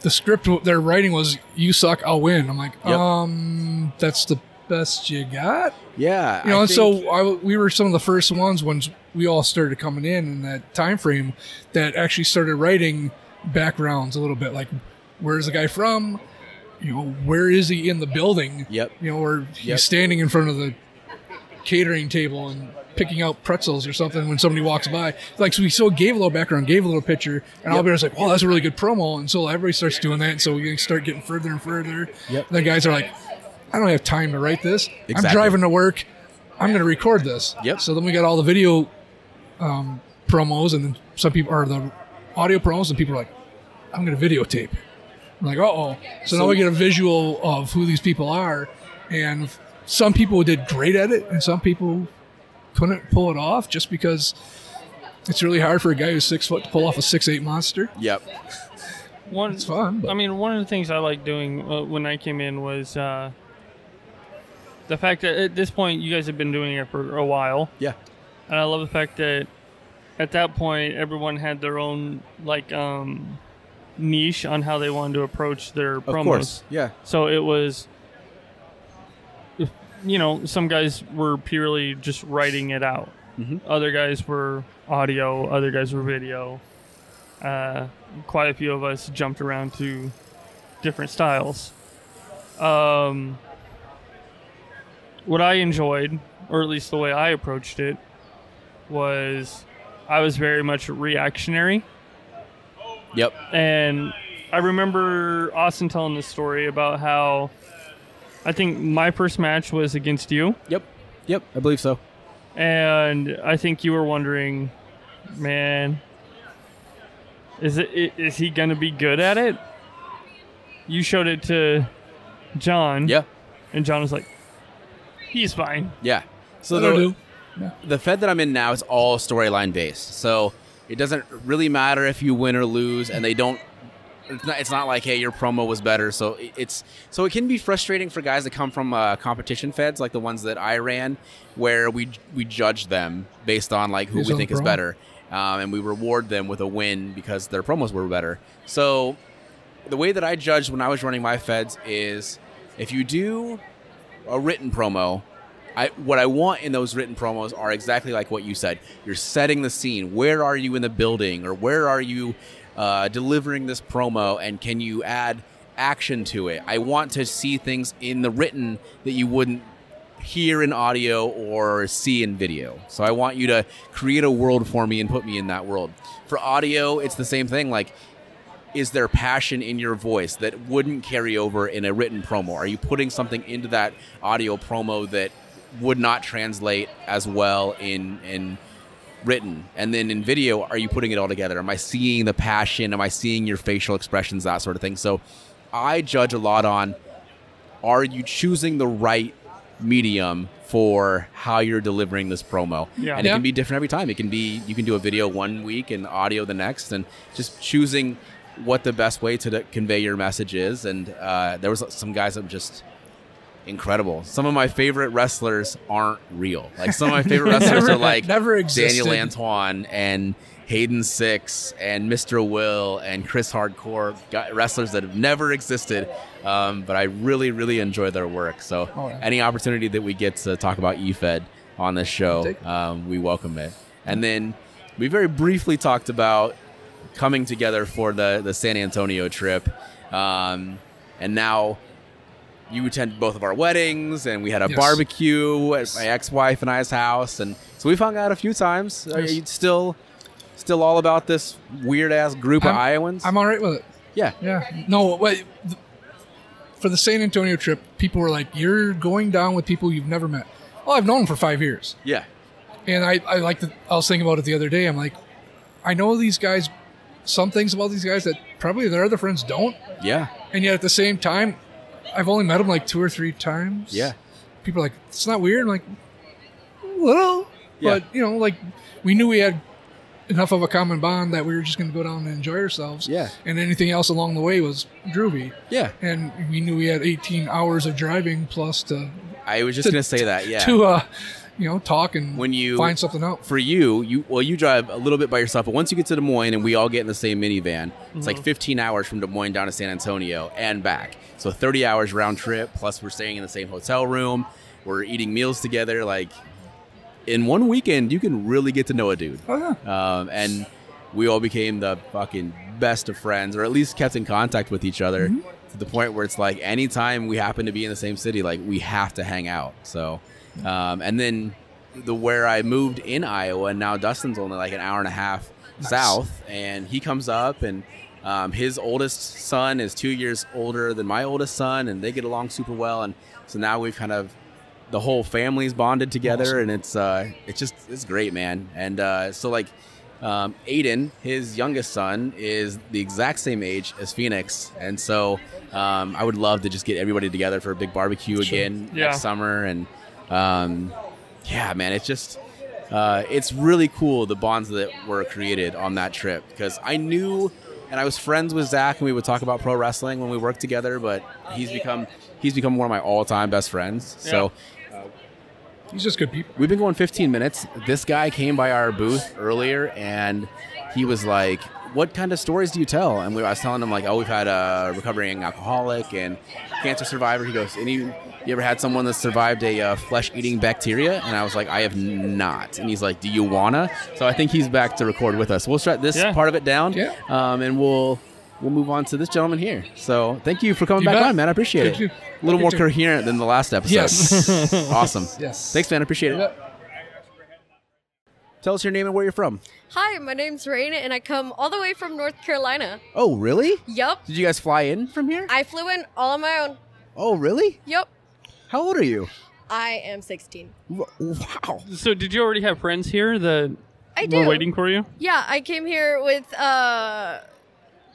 the script w- they're writing was "You suck, I'll win." I'm like, Yep. um, that's the best you got, yeah you know. I and think- so I w we were some of the first ones when we all started coming in in that time frame that actually started writing backgrounds a little bit, like where's the guy from, you know, where is he in the building, yep you know, or Yep. he's standing in front of the catering table and picking out pretzels or something when somebody walks by. Like, so we so gave a little background, gave a little picture, and I'll be like, "Well, that's a really good promo." And so everybody starts doing that, and so we start getting further and further. Yep. And the guys are like, "I don't have time to write this. Exactly. I'm driving to work. I'm going to record this." Yep. So then we got all the video um, promos, and then some people are the audio promos, and people are like, "I'm going to videotape." I'm like, uh oh. So, now we get a visual of who these people are. And some people did great at it, and some people couldn't pull it off just because it's really hard for a guy who's six foot to pull off a six eight monster. yep One, It's fun. But I mean, one of the things I like doing uh, when I came in was uh, the fact that at this point you guys have been doing it for a while. Yeah. And I love the fact that at that point everyone had their own like um, niche on how they wanted to approach their of promos. course yeah So it was, if- you know, some guys were purely just writing it out. Mhm. Other guys were audio. Other guys were video. Uh, quite a few of us jumped around to different styles. Um, what I enjoyed, or at least the way I approached it, was I was very much reactionary yep and I remember Austin telling this story about how I think my first match was against you, yep yep i believe so and I think you were wondering, man, is it i- is he gonna be good at it? You showed it to Mm-hmm. John, yeah and John was like, he's fine. yeah so That'll the- do. the Fed that I'm in now is all storyline based. So it doesn't really matter if you win or lose, and they don't. It's not, it's not like hey, your promo was better. So it- it's so it can be frustrating for guys that come from uh, competition feds like the ones that I ran, where we we judge them based on like who Based we on the think is promo. better, um, and we reward them with a win because their promos were better. So the way that I judged when I was running my feds is if you do a written promo, I what I want in those written promos are exactly like what you said. You're setting the scene. Where are you in the building, or where are you uh, delivering this promo, and can you add action to it? I want to see things in the written that you wouldn't hear in audio or see in video. So I want you to create a world for me and put me in that world. For audio, it's the same thing. Like is there passion in your voice that wouldn't carry over in a written promo? Are you putting something into that audio promo that would not translate as well in in written? And then in video, are you putting it all together? Am I seeing the passion? Am I seeing your facial expressions, that sort of thing? So I judge a lot on are you choosing the right medium for how you're delivering this promo? Yeah. And it Yeah. can be different every time. It can be you can do a video one week and audio the next, and just choosing what the best way to convey your message is. And uh, there was some guys that just incredible. Some of my favorite wrestlers aren't real. Like some of my favorite wrestlers Never- are like never existed. Daniel Antoine and Hayden Six and Mr. Will and Chris Hardcore guy- wrestlers that have never existed. Um, but I really, really enjoy their work. So Oh, yeah. any opportunity that we get to talk about E EFED on this show, Take um, we welcome it. And then we very briefly talked about coming together for the, the San Antonio trip. Um, and now you attended both of our weddings, and we had a Yes. barbecue at my ex wife and I's house. And so we've hung out a few times. Are Yes. you still, still all about this weird ass group of I'm- Iowans? I'm all right with it. yeah. Yeah. No, wait. th- For the San Antonio trip, people were like, "You're going down with people you've never met." Oh, I've known them for five years, Yeah. and I, I like. the- I was thinking about it the other day. I'm like, I know these guys, some things about these guys that probably their other friends don't, Yeah. and yet at the same time, I've only met them like two or three times. Yeah. People are like, "It's not weird." I'm like, "Well," Yeah. but you know, like we knew we had enough of a common bond that we were just going to go down and enjoy ourselves. Yeah. And anything else along the way was groovy Yeah. and we knew we had 18 hours of driving plus to I was just To- going to say that. Yeah. to uh you know talk and When you- find something out for you, you well, you drive a little bit by yourself, but once you get to Des Moines and we all get in the same minivan, it's Mm-hmm. like 15 hours from Des Moines down to San Antonio and back. So 30 hours round trip. Plus, we're staying in the same hotel room. We're eating meals together. Like in one weekend, you can really get to know a dude. oh yeah Um, and we all became the fucking best of friends, or at least kept in contact with each other to the point where it's like anytime we happen to be in the same city, like we have to hang out. So, um, and then the where I moved in Iowa, and now Dustin's only like an hour and a half south, and he comes up and. Um, his oldest son is two years older than my oldest son, and they get along super well. And so now we've kind of the whole family's bonded together, and it's uh, it's just it's great, man. And uh, so like um, Aiden, his youngest son, is the exact same age as Phoenix, and so um, I would love to just get everybody together for a big barbecue again Yeah. next summer. And um, yeah, man, it's just uh, it's really cool the bonds that were created on that trip because I knew and I was friends with Zach and we would talk about pro wrestling when we worked together, but he's become he's become one of my all time best friends. So he's just good people we've been going 15 minutes. This guy came by our booth earlier and he was like, "What kind of stories do you tell?" And we, I was telling him like, "Oh, we've had a recovering alcoholic and cancer survivor." He goes, "Any you ever had someone that survived a uh, flesh-eating bacteria?" And I was like, "I have not." And he's like, "Do you wanna?" So I think he's back to record with us. We'll shut this Yeah. part of it down, Yeah. um, and we'll. We'll move on to this gentleman here. So, thank you for coming You back bet. on, man. I appreciate Good it. to- A little good more to- coherent than the last episode. Yes. awesome. yes Thanks, man. I appreciate it. Tell us your name and where you're from. Hi, my name's Raina, and I come all the way from North Carolina. Oh, really? Yup. Did you guys fly in from here? I flew in all on my own. Oh, really? Yup. How old are you? I am 16. Wh- Wow. So, did you already have friends here that I do. were waiting for you? Yeah, I came here with uh,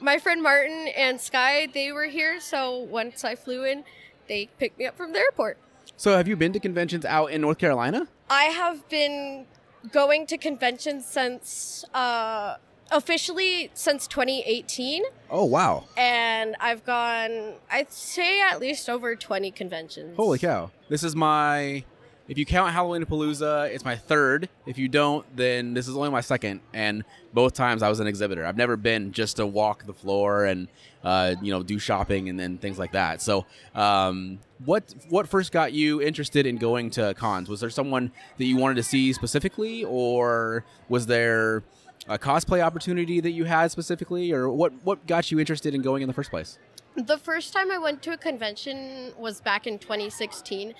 my friend Martin and Sky. They were here, so once I flew in, they picked me up from the airport. So, have you been to conventions out in North Carolina? I have been going to conventions since uh, officially since 2018, Oh, wow. and I've gone, I'd say, at least over 20 conventions. Holy cow. This is my. If you count Halloween Palooza, it's my third. If you don't, then this is only my second. And both times I was an exhibitor. I've never been just to walk the floor and uh, you know do shopping and then things like that. So, um, what what first got you interested in going to cons? Was there someone that you wanted to see specifically, or was there a cosplay opportunity that you had specifically, or what what got you interested in going in the first place? The first time I went to a convention was back in 2016,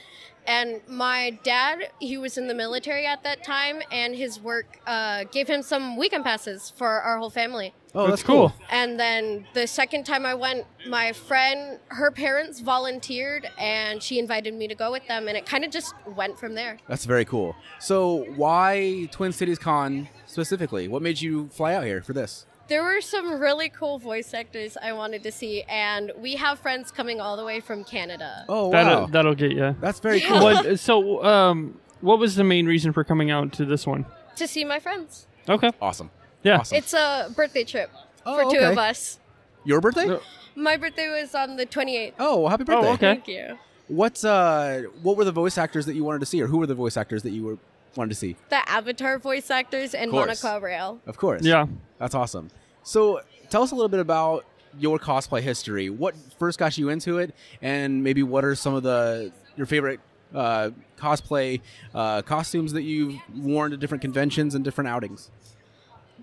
and my dad, he was in the military at that time, and his work uh, gave him some weekend passes for our whole family. Oh, That's cool. And then the second time I went, my friend, her parents volunteered, and she invited me to go with them, and it kind of just went from there. That's very cool. So, why Twin Cities Con specifically? What made you fly out here for this? There were some really cool voice actors I wanted to see, and we have friends coming all the way from Canada. Oh, that'll, wow. that'll get you. That's very cool. uh, what, so, um, what was the main reason for coming out to this one? To see my friends. Okay. Awesome. Yeah. Awesome. It's a birthday trip Oh, for two okay. of us. Your birthday? No. My birthday was on the 28th. Oh, well, happy birthday. okay. Thank you. What's uh, what were the voice actors that you wanted to see, or who were the voice actors that you were wanted to see? The Avatar voice actors and Of course. Monica Rail. Of course. Yeah. That's awesome. So tell us a little bit about your cosplay history. What first got you into it, and maybe what are some of the your favorite uh, cosplay uh, costumes that you've worn to different conventions and different outings?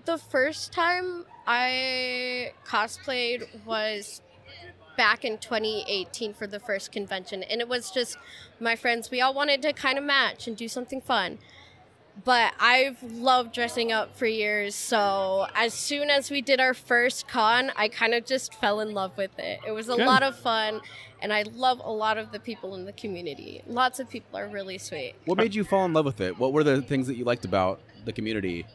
The first time I cosplayed was back in 2018 for the first convention, and it was just my friends. We all wanted to kind of match and do something fun. But I've loved dressing up for years, so as soon as we did our first con, I kind of just fell in love with it. It was a Good. lot of fun, and I love a lot of the people in the community. Lots of people are really sweet. What made you fall in love with it? What were the things that you liked about the community?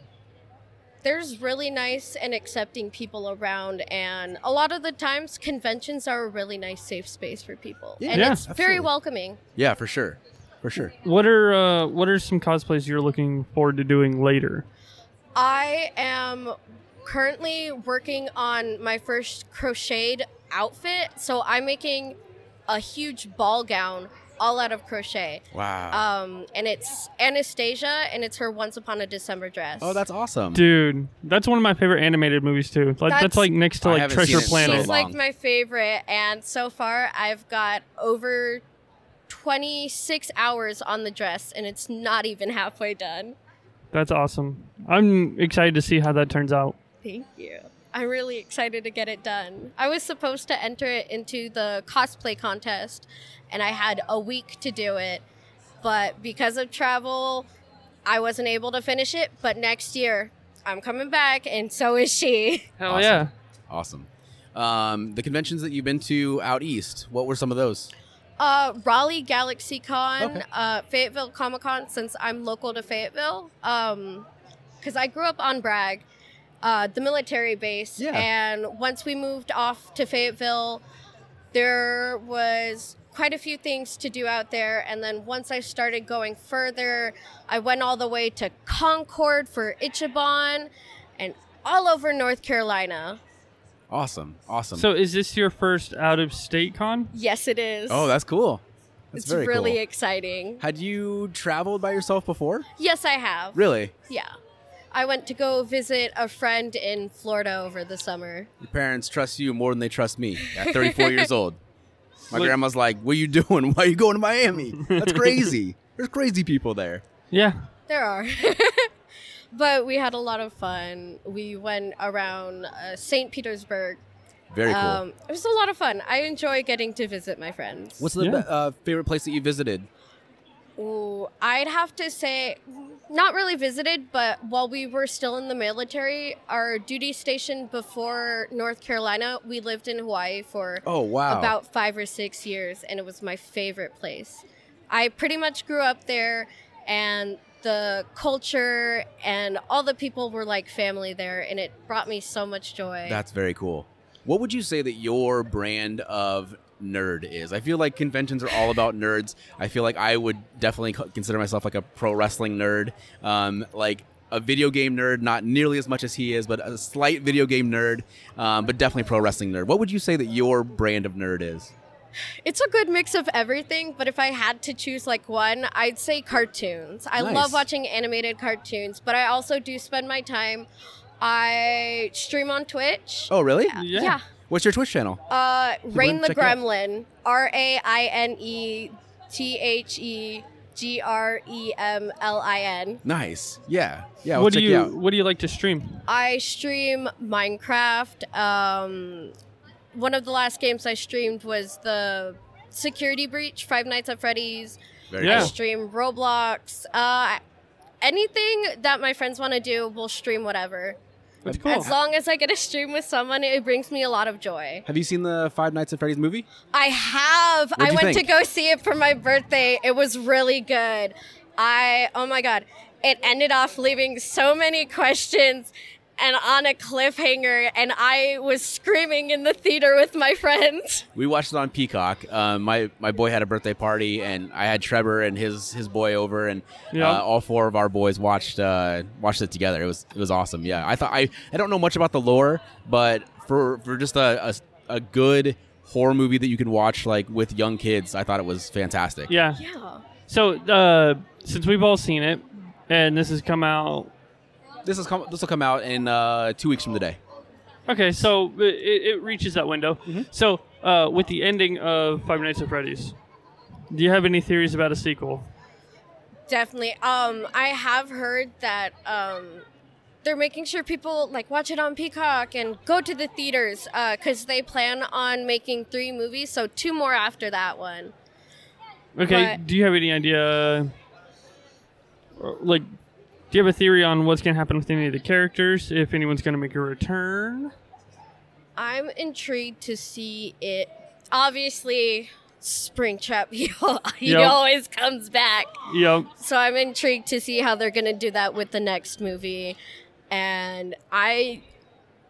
there's really nice and accepting people around and a lot of the times conventions are a really nice safe space for people Yeah, and Yeah. it's very absolutely. welcoming Yeah, for sure, for sure. What are uh, what are some cosplays you're looking forward to doing later? i am currently working on my first crocheted outfit so i'm making a huge ball gown all out of crochet Wow. um, and it's anastasia and it's her once upon a december dress oh, that's awesome. Dude, that's one of my favorite animated movies too. Like that's, That's- like next to I like haven't Treasure seen it in so Planet. She's like long. my favorite, and so far I've got over 26 hours on the dress, and it's not even halfway done. That's awesome. I'm excited to see how that turns out. Thank you. I'm really excited to get it done. I was supposed to enter it into the cosplay contest, and I had a week to do it, but because of travel, I wasn't able to finish it. But next year, I'm coming back, and so is she. Hell Awesome. yeah. Awesome. Um, the conventions that you've been to out east. What were some of those? Uh, Raleigh Galaxy Con, Okay. uh, Fayetteville Comic Con, since I'm local to Fayetteville. Um, because I grew up on Bragg, uh, the military base. Yeah. And once we moved off to Fayetteville, there was quite a few things to do out there. And then once I started going further, I went all the way to Concord for Ichiban and all over North Carolina. Awesome. Awesome. So is this your first out of state con? Yes, it is. oh, that's cool. That's it's very really cool. exciting. Had you traveled by yourself before? Yes, I have. Really? Yeah. I went to go visit a friend in Florida over the summer. Your parents trust you more than they trust me at 34 years old. My Look- grandma's like, "What are you doing? Why are you going to Miami? That's crazy. There's crazy people there." Yeah. There are. but we had a lot of fun. We went around uh, St. Petersburg. Very cool. Um, it was a lot of fun. I enjoy getting to visit my friends. What's the Yeah. be- uh, favorite place that you visited? Ooh, I'd have to say, not really visited, but while we were still in the military, our duty station before North Carolina, we lived in Hawaii for Oh wow! about five or six years, and it was my favorite place. I pretty much grew up there, and the culture and all the people were like family there, and it brought me so much joy. That's very cool. What would you say that your brand of nerd is? I feel like conventions are all about nerds. I feel like I would definitely co- consider myself like a pro wrestling nerd, um, like a video game nerd, not nearly as much as he is, but a slight video game nerd, um, but definitely pro wrestling nerd. What would you say that your brand of nerd is? it's a good mix of everything, but if I had to choose like one, I'd say cartoons. I Nice. love watching animated cartoons, but I also do spend my time. I stream on Twitch. Oh, really? Yeah. yeah. What's your Twitch channel? Uh, Rain the check it out. Gremlin. R A I N E T H E G R E M L I N. Nice. Yeah. Yeah. we'll what do check you out. what do you like to stream? I stream Minecraft. Um, one of the last games I streamed was the Security Breach, Five Nights at Freddy's. Very I Yeah. cool. stream Roblox. Uh, anything that my friends want to do, we'll stream whatever. That's cool. As long as I get to stream with someone, it brings me a lot of joy. Have you seen the Five Nights at Freddy's movie? I have. What'd I you went think? to go see it for my birthday. It was really good. I oh my god. It ended off leaving so many questions and on a cliffhanger and I was screaming in the theater with my friends. We watched it on Peacock. Um, my my boy had a birthday party, and I had Trevor and his his boy over, and Yeah. uh, all four of our boys watched uh, watched it together. It was it was awesome. Yeah, I thought I, I don't know much about the lore, but for for just a a, a good horror movie that you can watch like with young kids. I thought it was fantastic. Yeah. Yeah. So uh, since we've all seen it, and this has come out. This is com- this will come out in uh, two weeks from today. Okay, so uh, it, it reaches that window. So uh, with the ending of Five Nights at Freddy's, do you have any theories about a sequel? Definitely. Um, I have heard that um, they're making sure people like watch it on Peacock and go to the theaters because they plan on making three movies, so two more after that one. Okay, But- do you have any idea? or, Like, do you have a theory on what's going to happen with any of the characters? If anyone's going to make a return? I'm intrigued to see it. Obviously, Springtrap, he, al- he Yep. always comes back, Yep. so I'm intrigued to see how they're gonna do that with the next movie, and I,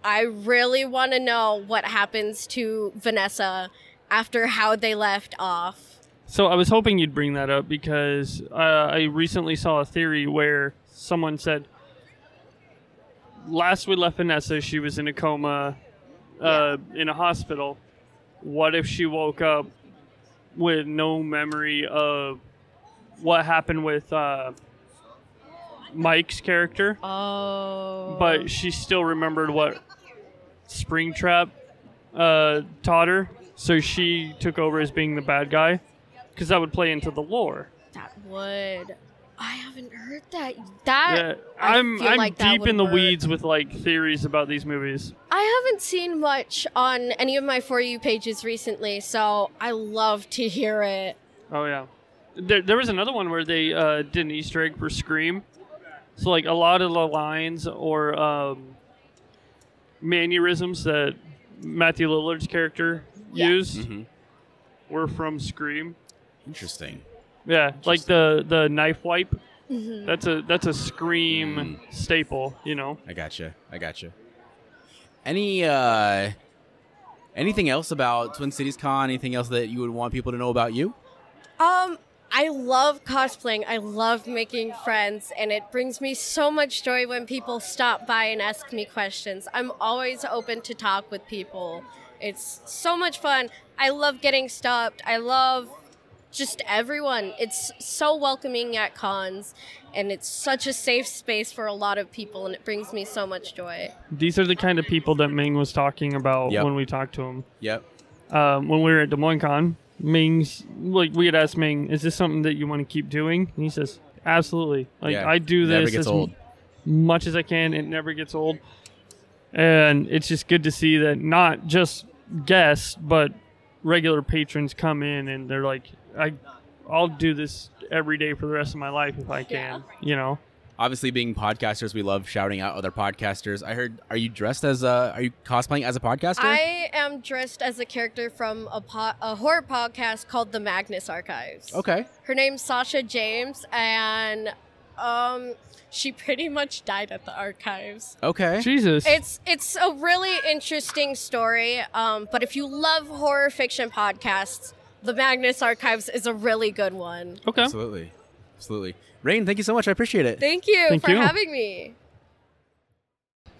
I really want to know what happens to Vanessa after how they left off. So I was hoping you'd bring that up because uh, I recently saw a theory where someone said last we left Vanessa, she was in a coma uh, in a hospital. What if she woke up with no memory of what happened with uh, Mike's character, Oh. but she still remembered what Springtrap uh, taught her? So she took over as being the bad guy because that would play into the lore. that would. I haven't heard that. That Yeah, I I'm feel I'm like that deep would in the work. weeds with like theories about these movies. I haven't seen much on any of my for you pages recently, so I love to hear it. Oh yeah, there there was another one where they uh, did an Easter egg for Scream. So like a lot of the lines or um, mannerisms that Matthew Lillard's character Yeah. used Mhm. were from Scream. Interesting. Yeah, like the the knife wipe. Mhm. That's a that's a Scream staple. You know. I gotcha. I gotcha. Any uh, anything else about Twin Cities Con? Anything else that you would want people to know about you? Um, I love cosplaying. I love making friends, and it brings me so much joy when people stop by and ask me questions. I'm always open to talk with people. It's so much fun. I love getting stopped. I love just everyone. It's so welcoming at cons, and it's such a safe space for a lot of people, and it brings me so much joy. These are the kind of people that Ming was talking about Yep. when we talked to him. Yep. um, when we were at Des Moines Con, Ming's like we had asked Ming, "Is this something that you want to keep doing?" And he says, "Absolutely. Like Yeah, I do never this gets as old. m- much as I can. It never gets old." And it's just good to see that not just guests, but regular patrons come in and they're like, "I, I'll do this every day for the rest of my life if I can." You know? Obviously, being podcasters, we love shouting out other podcasters. I heard. Are you dressed as a? Are you cosplaying as a podcaster? I am dressed as a character from a, po- a horror podcast called The Magnus Archives. okay. Her name's Sasha James, and um, she pretty much died at the archives. Okay. Jesus. It's it's a really interesting story. Um, but if you love horror fiction podcasts, The Magnus Archives is a really good one. okay. Absolutely. Absolutely. Rain, thank you so much. I appreciate it. Thank you Thank for you. having me.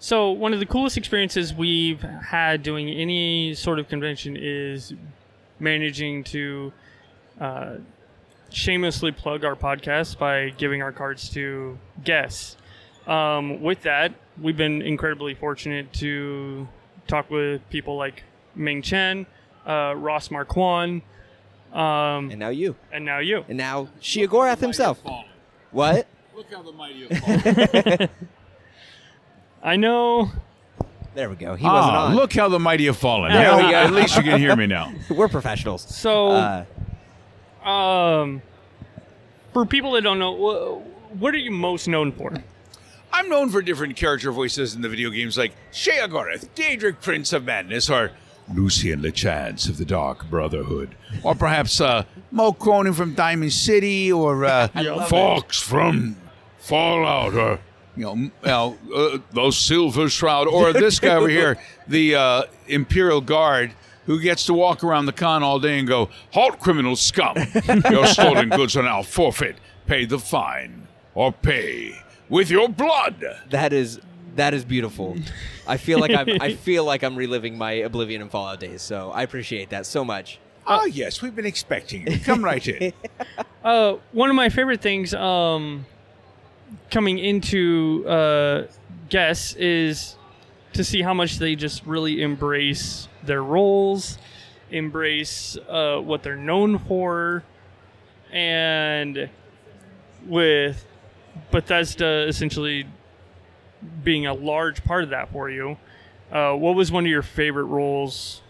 So one of the coolest experiences we've had doing any sort of convention is managing to uh, shamelessly plug our podcast by giving our cards to guests. Um, with that, we've been incredibly fortunate to talk with people like Ming Chen, uh, Ross Marquand, um, And now you. and now you. And now Shiogorath himself. What? Look how the mighty have fallen. I know There we go. He wasn't ah, on. look how the mighty have fallen. There we Now, go. At least you can hear me now. We're professionals. so. Uh, Um, for people that don't know, wh- what are you most known for? I'm known for different character voices in the video games like Shea Gorath, Daedric Prince of Madness, or Lucian LeChance of the Dark Brotherhood, or perhaps uh, Mo Cronin from Diamond City, or uh, Fox from Fallout, or you know, m- you know, uh, the Silver Shroud, or this guy over here, the uh, Imperial Guard. Who gets to walk around the con all day and go, Halt, criminal scum! Your stolen goods are now forfeit. Pay the fine, or pay with your blood. that is That is beautiful. I feel like I'm I feel like I'm reliving my Oblivion and Fallout days. So I appreciate that so much. Ah, yes, we've been expecting you. Come right in. Uh, one of my favorite things um, coming into uh, Guess is to see how much they just really embrace their roles, embrace uh, what they're known for, and with Bethesda essentially being a large part of that for you. Uh, what was one of your favorite roles?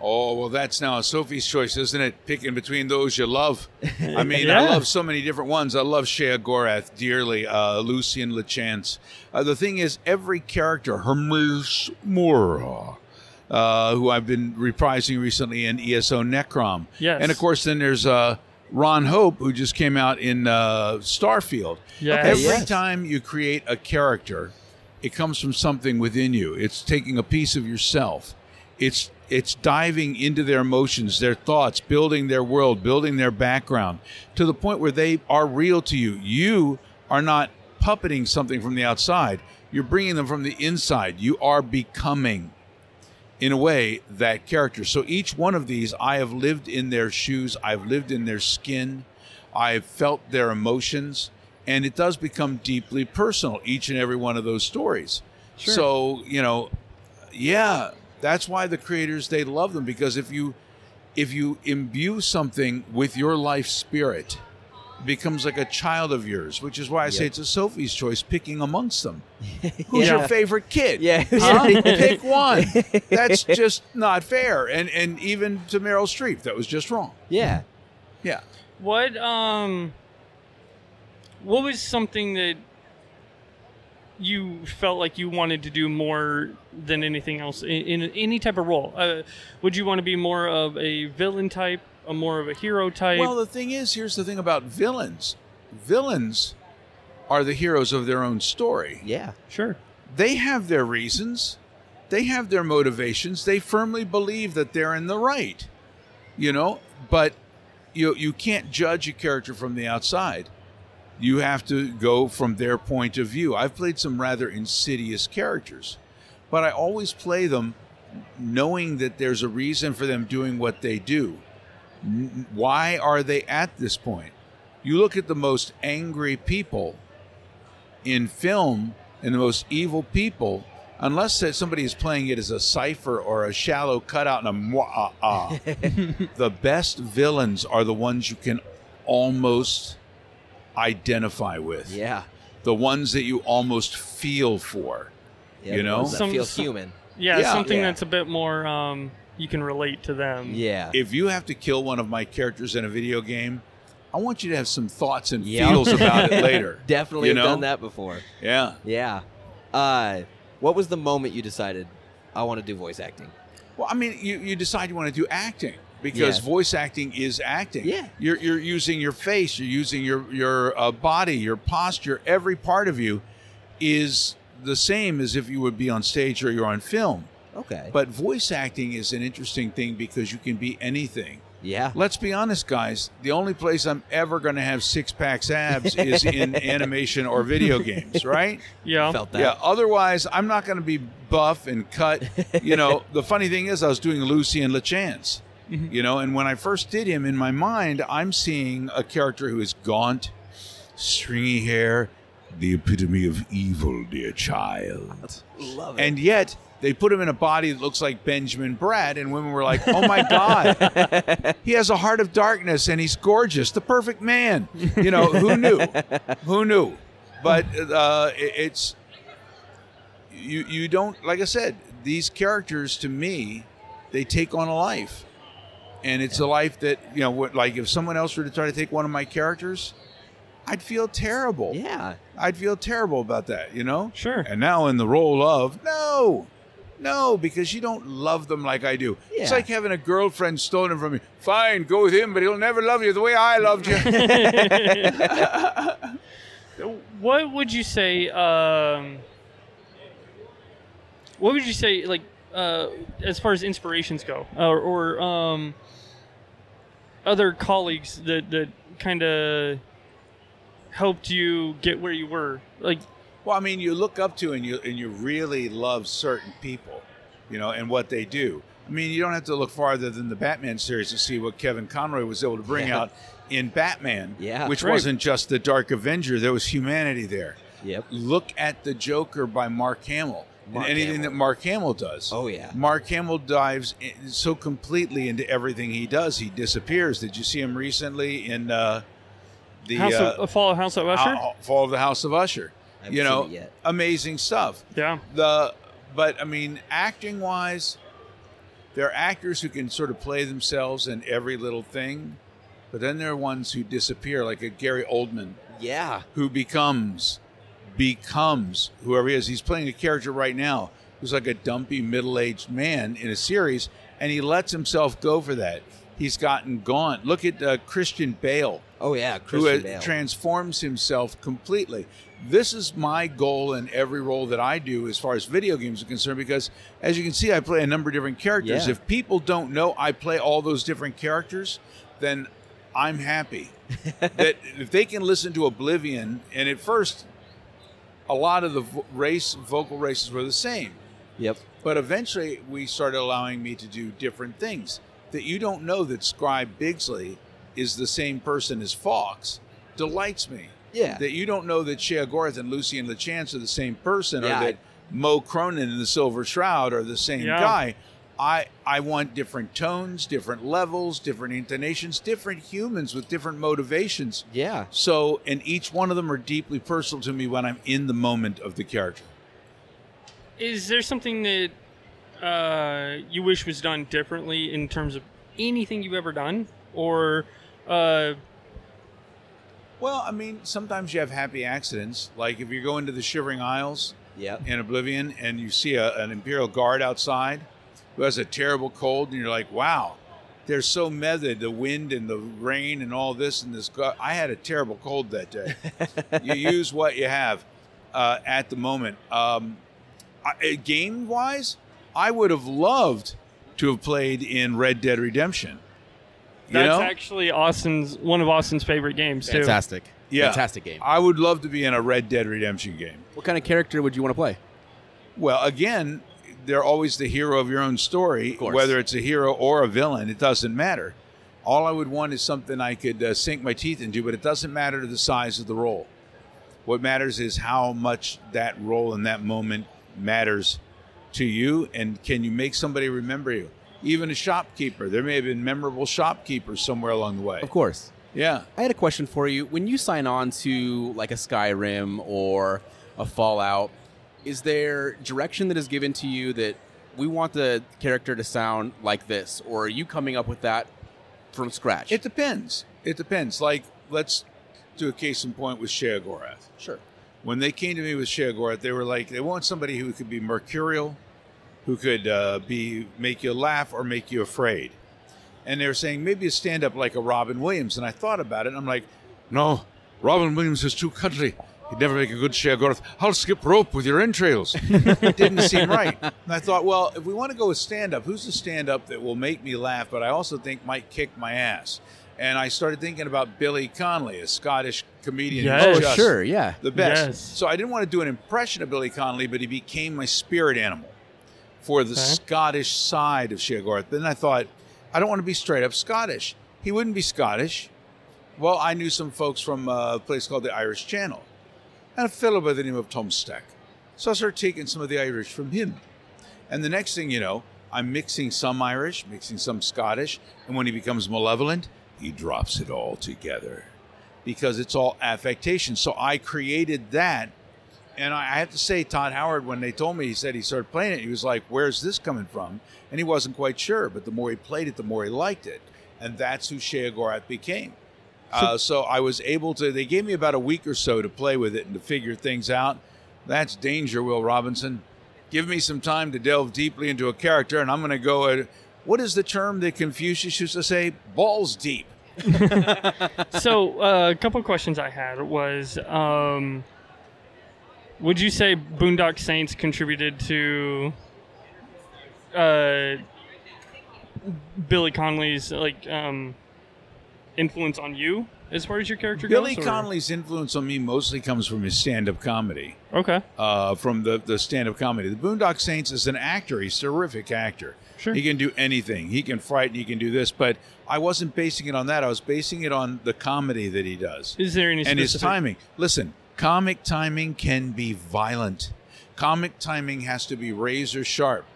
Oh, well, that's now Sophie's choice, isn't it? Picking between those you love. I mean, I Yeah. love so many different ones. I love Shea Gorath dearly, uh, Lucian LeChance. Uh, the thing is, every character, Hermes Mora, uh, who I've been reprising recently in ESO Necrom. Yes. And of course, then there's uh, Ron Hope, who just came out in uh, Starfield. Yes. Every yes. time you create a character, it comes from something within you. It's taking a piece of yourself. It's it's diving into their emotions, their thoughts, building their world, building their background to the point where they are real to you. You are not puppeting something from the outside. You're bringing them from the inside. You are becoming in a way that character. So each one of these, I have lived in their shoes, I've lived in their skin, I've felt their emotions, and it does become deeply personal, each and every one of those stories. So, you know, yeah, that's why the creators they love them because if you if you imbue something with your life spirit, it becomes like a child of yours, which is why I say it's a Sophie's choice picking amongst them. Who's Yeah. your favorite kid? Yeah. Huh? pick one. That's just not fair. And and even to Meryl Streep, that was just wrong. Yeah. Yeah. What um what was something that you felt like you wanted to do more than anything else in, in any type of role? Uh, would you want to be more of a villain type, a more of a hero type? Well, the thing is, here's the thing about villains. Villains are the heroes of their own story. Yeah. sure. They have their reasons. They have their motivations. They firmly believe that they're in the right. You know, but you you can't judge a character from the outside. You have to go from their point of view. I've played some rather insidious characters, but I always play them knowing that there's a reason for them doing what they do. N- Why are they at this point? You look at the most angry people in film and the most evil people, unless that somebody is playing it as a cipher or a shallow cutout and a mwah ah. the best villains are the ones you can almost identify with. Yeah. The ones that you almost feel for. yeah You the know? ones that Some- feel some- human. Yeah, Yeah. something Yeah. that's a bit more um you can relate to them. Yeah. If you have to kill one of my characters in a video game, I want you to have some thoughts and Yeah. feels about it later. Definitely you have know? done that before. Yeah. Yeah. Uh, what was the moment you decided I want to do voice acting? Well, I mean, you, you decide you want to do acting because Yeah. voice acting is acting. Yeah. You're, you're using your face, you're using your, your uh, body, your posture, every part of you is the same as if you would be on stage or you're on film. Okay. But voice acting is an interesting thing because you can be anything. yeah. Let's be honest, guys. The only place I'm ever going to have six packs abs is in animation or video games, right? Yeah. Felt that. Yeah. Otherwise, I'm not going to be buff and cut. You know, the funny thing is, I was doing Lucy and LeChance. Mm-hmm. You know, and when I first did him, in my mind, I'm seeing a character who is gaunt, stringy hair, the epitome of evil, dear child. Love it. And yet, they put him in a body that looks like Benjamin Brad, and women were like, "Oh my God, he has a heart of darkness, and he's gorgeous, the perfect man." You know, who knew? Who knew? But uh, it- it's you. You don't like I said. These characters, to me, they take on a life, and it's a life that you know. What, like if someone else were to try to take one of my characters, I'd feel terrible. yeah. I'd feel terrible about that. You know. Sure. And now in the role of no, no, because you don't love them like I do. It's Yeah. like having a girlfriend stolen from you. Fine, go with him, but he'll never love you the way I loved you. what would you say um, what would you say like uh, as far as inspirations go or, or um, other colleagues that, that kind of helped you get where you were like Well, I mean, you look up to and you and you really love certain people, you know, and what they do. I mean, you don't have to look farther than the Batman series to see what Kevin Conroy was able to bring Yeah. out in Batman, Yeah. which Right. wasn't just the Dark Avenger. There was humanity there. Yep. Look at the Joker by Mark Hamill Mark and anything Hamill. that Mark Hamill does. Oh yeah. Mark Hamill dives in, so completely into everything he does, he disappears. Did you see him recently in uh, the House uh, of, uh, Fall of House of Usher. Ho- Fall of the House of Usher? I haven't you seen know, it yet. amazing stuff. yeah, The but I mean, acting wise, there are actors who can sort of play themselves in every little thing, but then there are ones who disappear, like a Gary Oldman Yeah. who becomes becomes whoever he is. He's playing a character right now who's like a dumpy middle-aged man in a series, and he lets himself go for that. He's gotten gaunt. Look at uh, Christian Bale, Oh yeah. Christian who uh, Bale. transforms himself completely. This is my goal in every role that I do as far as video games are concerned, because as you can see, I play a number of different characters. Yeah. If people don't know I play all those different characters, then I'm happy that if they can listen to Oblivion, and at first, a lot of the vo- race vocal races were the same, yep. but eventually we started allowing me to do different things that you don't know that Scribe Bigsley is the same person as Fox delights me. Yeah. That you don't know that Shea Gorth and Lucien LeChance are the same person, Yeah, or I- that Mo Cronin and the Silver Shroud are the same Yeah. guy. I I want different tones, different levels, different intonations, different humans with different motivations. Yeah. So, and each one of them are deeply personal to me when I'm in the moment of the character. is there something that uh, you wish was done differently in terms of anything you've ever done, or uh, Well, I mean, sometimes you have happy accidents. Like if you go into the Shivering Isles Yep. in Oblivion and you see a, an Imperial guard outside who has a terrible cold, and you're like, wow, they're so method, the wind and the rain and all this and this. gu- I had a terrible cold that day. you use what you have uh, at the moment. Um, I, game wise, I would have loved to have played in Red Dead Redemption. You that's know? actually Austin's one of Austin's favorite games too. Fantastic. Yeah. Fantastic game. I would love to be in a Red Dead Redemption game. What kind of character would you want to play? Well, again, they're always the hero of your own story, course. whether it's a hero or a villain. It doesn't matter. All I would want is something I could uh, sink my teeth into, but it doesn't matter to the size of the role. What matters is how much that role in that moment matters to you, and can you make somebody remember you? Even a shopkeeper. There may have been memorable shopkeepers somewhere along the way. Of course. Yeah. I had a question for you. When you sign on to like a Skyrim or a Fallout, is there direction that is given to you that we want the character to sound like this, or are you coming up with that from scratch? It depends. It depends. Like, let's do a case in point with Shea Gorath. sure. when they came to me with Shagor, they were like, they want somebody who could be mercurial, who could uh, be make you laugh or make you afraid. And they were saying maybe a stand up like a Robin Williams. And I thought about it, and I'm like, no, Robin Williams is too country. He'd never make a good Shagor. I'll skip rope with your entrails. it didn't seem right. And I thought, well, if we want to go with stand up, who's the stand up that will make me laugh, but I also think might kick my ass? And I started thinking about Billy Connolly, a Scottish comedian. who Yes. Oh, just- sure. Yeah. the best. Yes. So I didn't want to do an impression of Billy Connolly, but he became my spirit animal for the Okay. Scottish side of Shea Gorth. Then I thought, I don't want to be straight up Scottish. He wouldn't be Scottish. Well, I knew some folks from uh, a place called the Irish Channel and a fellow by the name of Tom Stack. So I started taking some of the Irish from him. And the next thing you know, I'm mixing some Irish, mixing some Scottish, and when he becomes malevolent, he drops it all together because it's all affectation. So I created that. And I I have to say, Todd Howard, when they told me, he said he started playing it, he was like, Where's this coming from? And he wasn't quite sure. But the more he played it, the more he liked it. And that's who Shea Gorath became. Uh, so I was able to, they gave me about a week or so to play with it and to figure things out. That's danger, Will Robinson. Give me some time to delve deeply into a character, and I'm going to go. At, what is the term that Confucius used to say? Balls deep. so uh, a couple questions I had was, um, would you say Boondock Saints contributed to uh, Billy Connolly's like um, influence on you as far as your character Billy goes? or- Connolly's influence on me mostly comes from his stand-up comedy. Okay. uh, from the, the stand-up comedy. The Boondock Saints is an actor. He's a terrific actor. Sure. He can do anything. He can frighten. He can do this. But I wasn't basing it on that. I was basing it on the comedy that he does Is there any and his specific- timing. Listen, comic timing can be violent. Comic timing has to be razor sharp.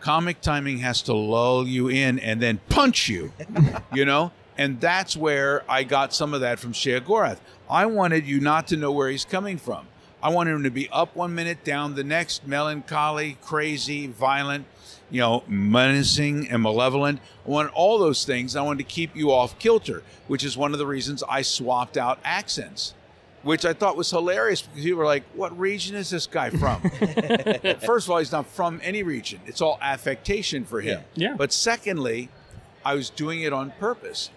Comic timing has to lull you in and then punch you, you know? And that's where I got some of that from Shea Gorath. I wanted you not to know where he's coming from. I wanted him to be up one minute, down the next, melancholy, crazy, violent, you know, menacing and malevolent. I wanted all those things. I wanted to keep you off kilter, which is one of the reasons I swapped out accents, which I thought was hilarious because you were like, what region is this guy from? First of all, he's not from any region. It's all affectation for him. Yeah. Yeah. But secondly, I was doing it on purpose.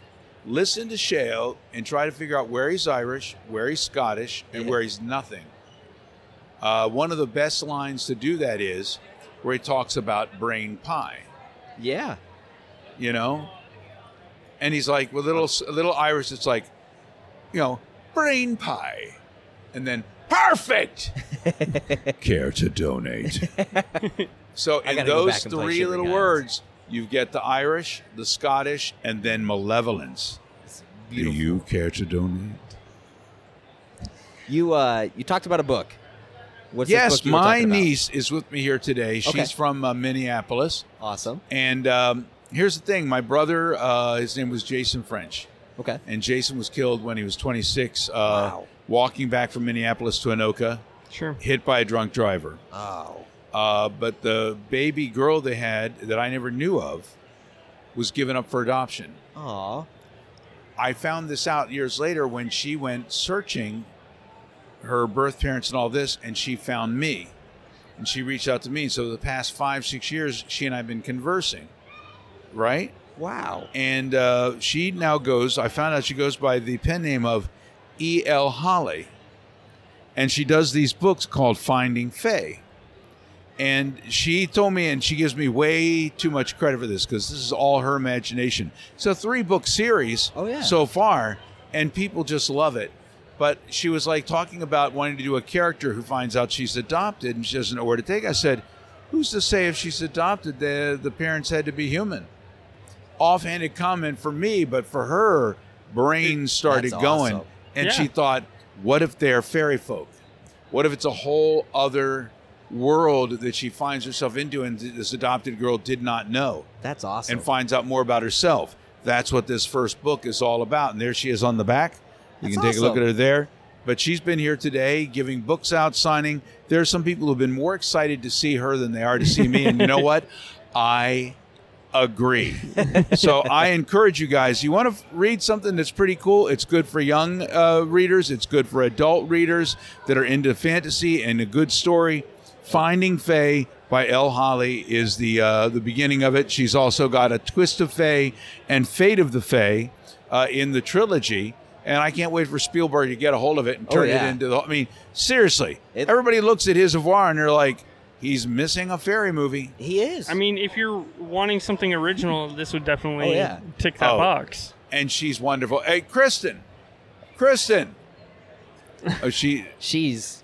Listen to Shale and try to figure out where he's Irish, where he's Scottish, and where he's nothing. Uh, one of the best lines to do that is where he talks about brain pie Yeah. you know? And he's like, with little little Irish, it's like, you know, brain pie. And then, perfect! Care to donate. so I in gotta go those back and play three Shivering little Isles. words, you get the Irish, the Scottish, and then malevolence. Do you care to donate? You uh you talked about a book. What's this yes, book you were my talking about? niece is with me here today. She's Okay. from uh, Minneapolis. Awesome. And um, here's the thing my brother, uh, his name was Jason French. Okay. and Jason was killed when he was 26, uh, Wow. walking back from Minneapolis to Anoka, Sure. hit by a drunk driver. Oh. Uh, but the baby girl they had that I never knew of was given up for adoption. Aw. I found this out years later when she went searching her birth parents and all this, and she found me. And she reached out to me. So the past five, six years, she and I have been conversing, right? Wow. and uh, she now goes. I found out she goes by the pen name of E. L. Holly, and she does these books called Finding Faye. And she told me, and she gives me way too much credit for this because this is all her imagination. It's a three book series Oh, yeah. so far, and people just love it. But she was like talking about wanting to do a character who finds out she's adopted and she doesn't know where to take. I said, Who's to say if she's adopted, the, the parents had to be human? offhanded comment for me, but for her, brain started That's going, awesome. and Yeah. she thought, "What if they're fairy folk? What if it's a whole other world that she finds herself into, and th- this adopted girl did not know, That's awesome. and finds out more about herself?" That's what this first book is all about. And there she is on the back. You That's can take a look awesome. at her there. But she's been here today giving books out, signing. There are some people who've been more excited to see her than they are to see me. And you know what? I agree. so I encourage you guys. You want to read something that's pretty cool. It's good for young uh, readers. It's good for adult readers that are into fantasy and a good story. Finding Faye by Elle Holly is the uh, the beginning of it. She's also got a Twist of Faye and Fate of the Faye uh, in the trilogy. And I can't wait for Spielberg to get a hold of it and Oh, turn yeah. it into the. I mean, seriously, It- everybody looks at his avoir and they're like, he's missing a fairy movie. he is. I mean, if you're wanting something original, this would definitely Oh, yeah. tick that Oh. box. and she's wonderful. Hey, Kristen, Kristen. Oh, she she's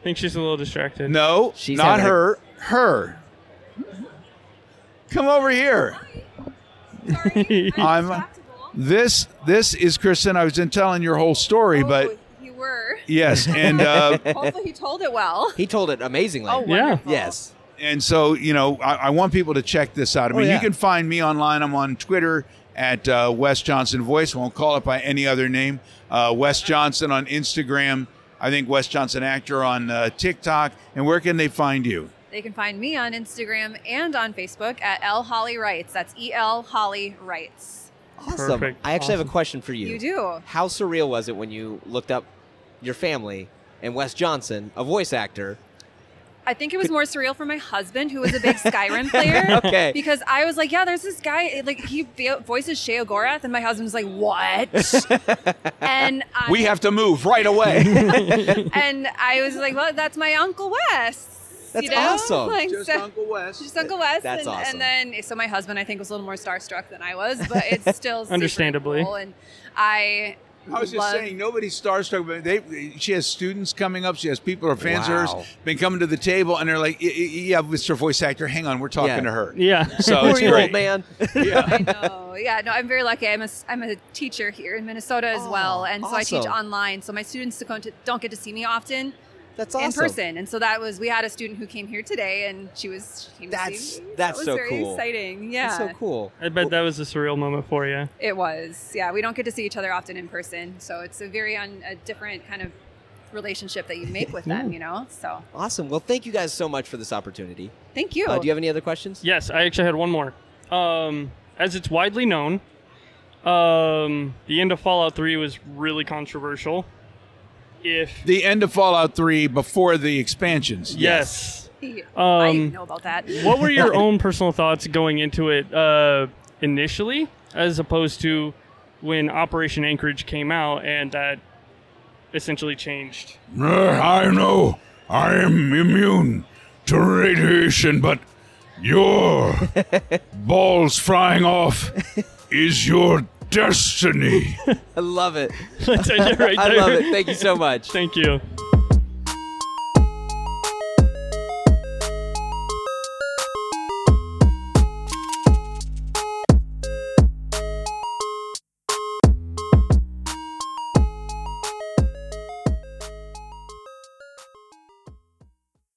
I think she's a little distracted. no, She's not having a- her. Her. Come over here. I'm. This this is Kristen. I was in telling your whole story, but you were. yes, and uh, Hopefully, he told it well. he told it amazingly. Oh, Yeah. wonderful. yes. and so you know, I, I want people to check this out. I Oh, mean, yeah. you can find me online. I'm on Twitter at uh, Wes Johnson Voice. Won't call it by any other name. Uh, Wes Johnson on Instagram. I think Wes Johnson actor on uh, TikTok. And where can they find you? They can find me on Instagram and on Facebook at L Holly Writes. That's E L Holly Writes. Awesome. Perfect. I actually have Awesome. a question for you. You do. How surreal was it when you looked up your family and Wes Johnson, a voice actor? I think it was more surreal for my husband, who was a big Skyrim player. Okay. Because I was like, yeah, there's this guy, like he vo- voices Shea Gorath, and my husband's like, what? and I, We have to move right away. and I was like, well, that's my uncle Wes. That's you know? awesome. Like, Just so- Uncle West. just Uncle West. That's and, awesome. and then, so my husband, I think, was a little more starstruck than I was, but it's still super Understandably. cool, and I, I was just love- saying, nobody's starstruck, but they, she has students coming up. She has people who are fans of Wow. hers, been coming to the table, and they're like, "Y- y- yeah, Mr. Voice Actor, hang on, we're talking Yeah. to her. Yeah. So Who Oh, it's are you, great. old man? I know. Yeah, no, I'm very lucky. I'm a, s- I'm a teacher here in Minnesota as Oh, well, and so I teach awesome. online. So my students don't get to- don't get to see me often That's awesome. in person, and so that was we had a student who came here today, and she was she came to That's- see me. that's that was so very cool. exciting. Yeah, That's so cool. I bet that was a surreal moment for you. it was. Yeah, we don't get to see each other often in person, so it's a very un, a different kind of relationship that you make with them. You know, so Awesome. Well, thank you guys so much for this opportunity. thank you. Uh, do you have any other questions? Yes, I actually had one more. Um, as it's widely known, um, the end of Fallout 3 was really controversial. If The end of Fallout 3 before the expansions. yes, I Um, didn't know about that. what were your own personal thoughts going into it uh, initially, as opposed to when Operation Anchorage came out and that essentially changed? Uh, I know I am immune to radiation, but your balls frying off is your destiny. I love it. That's it right I there. love it. Thank you so much. Thank you.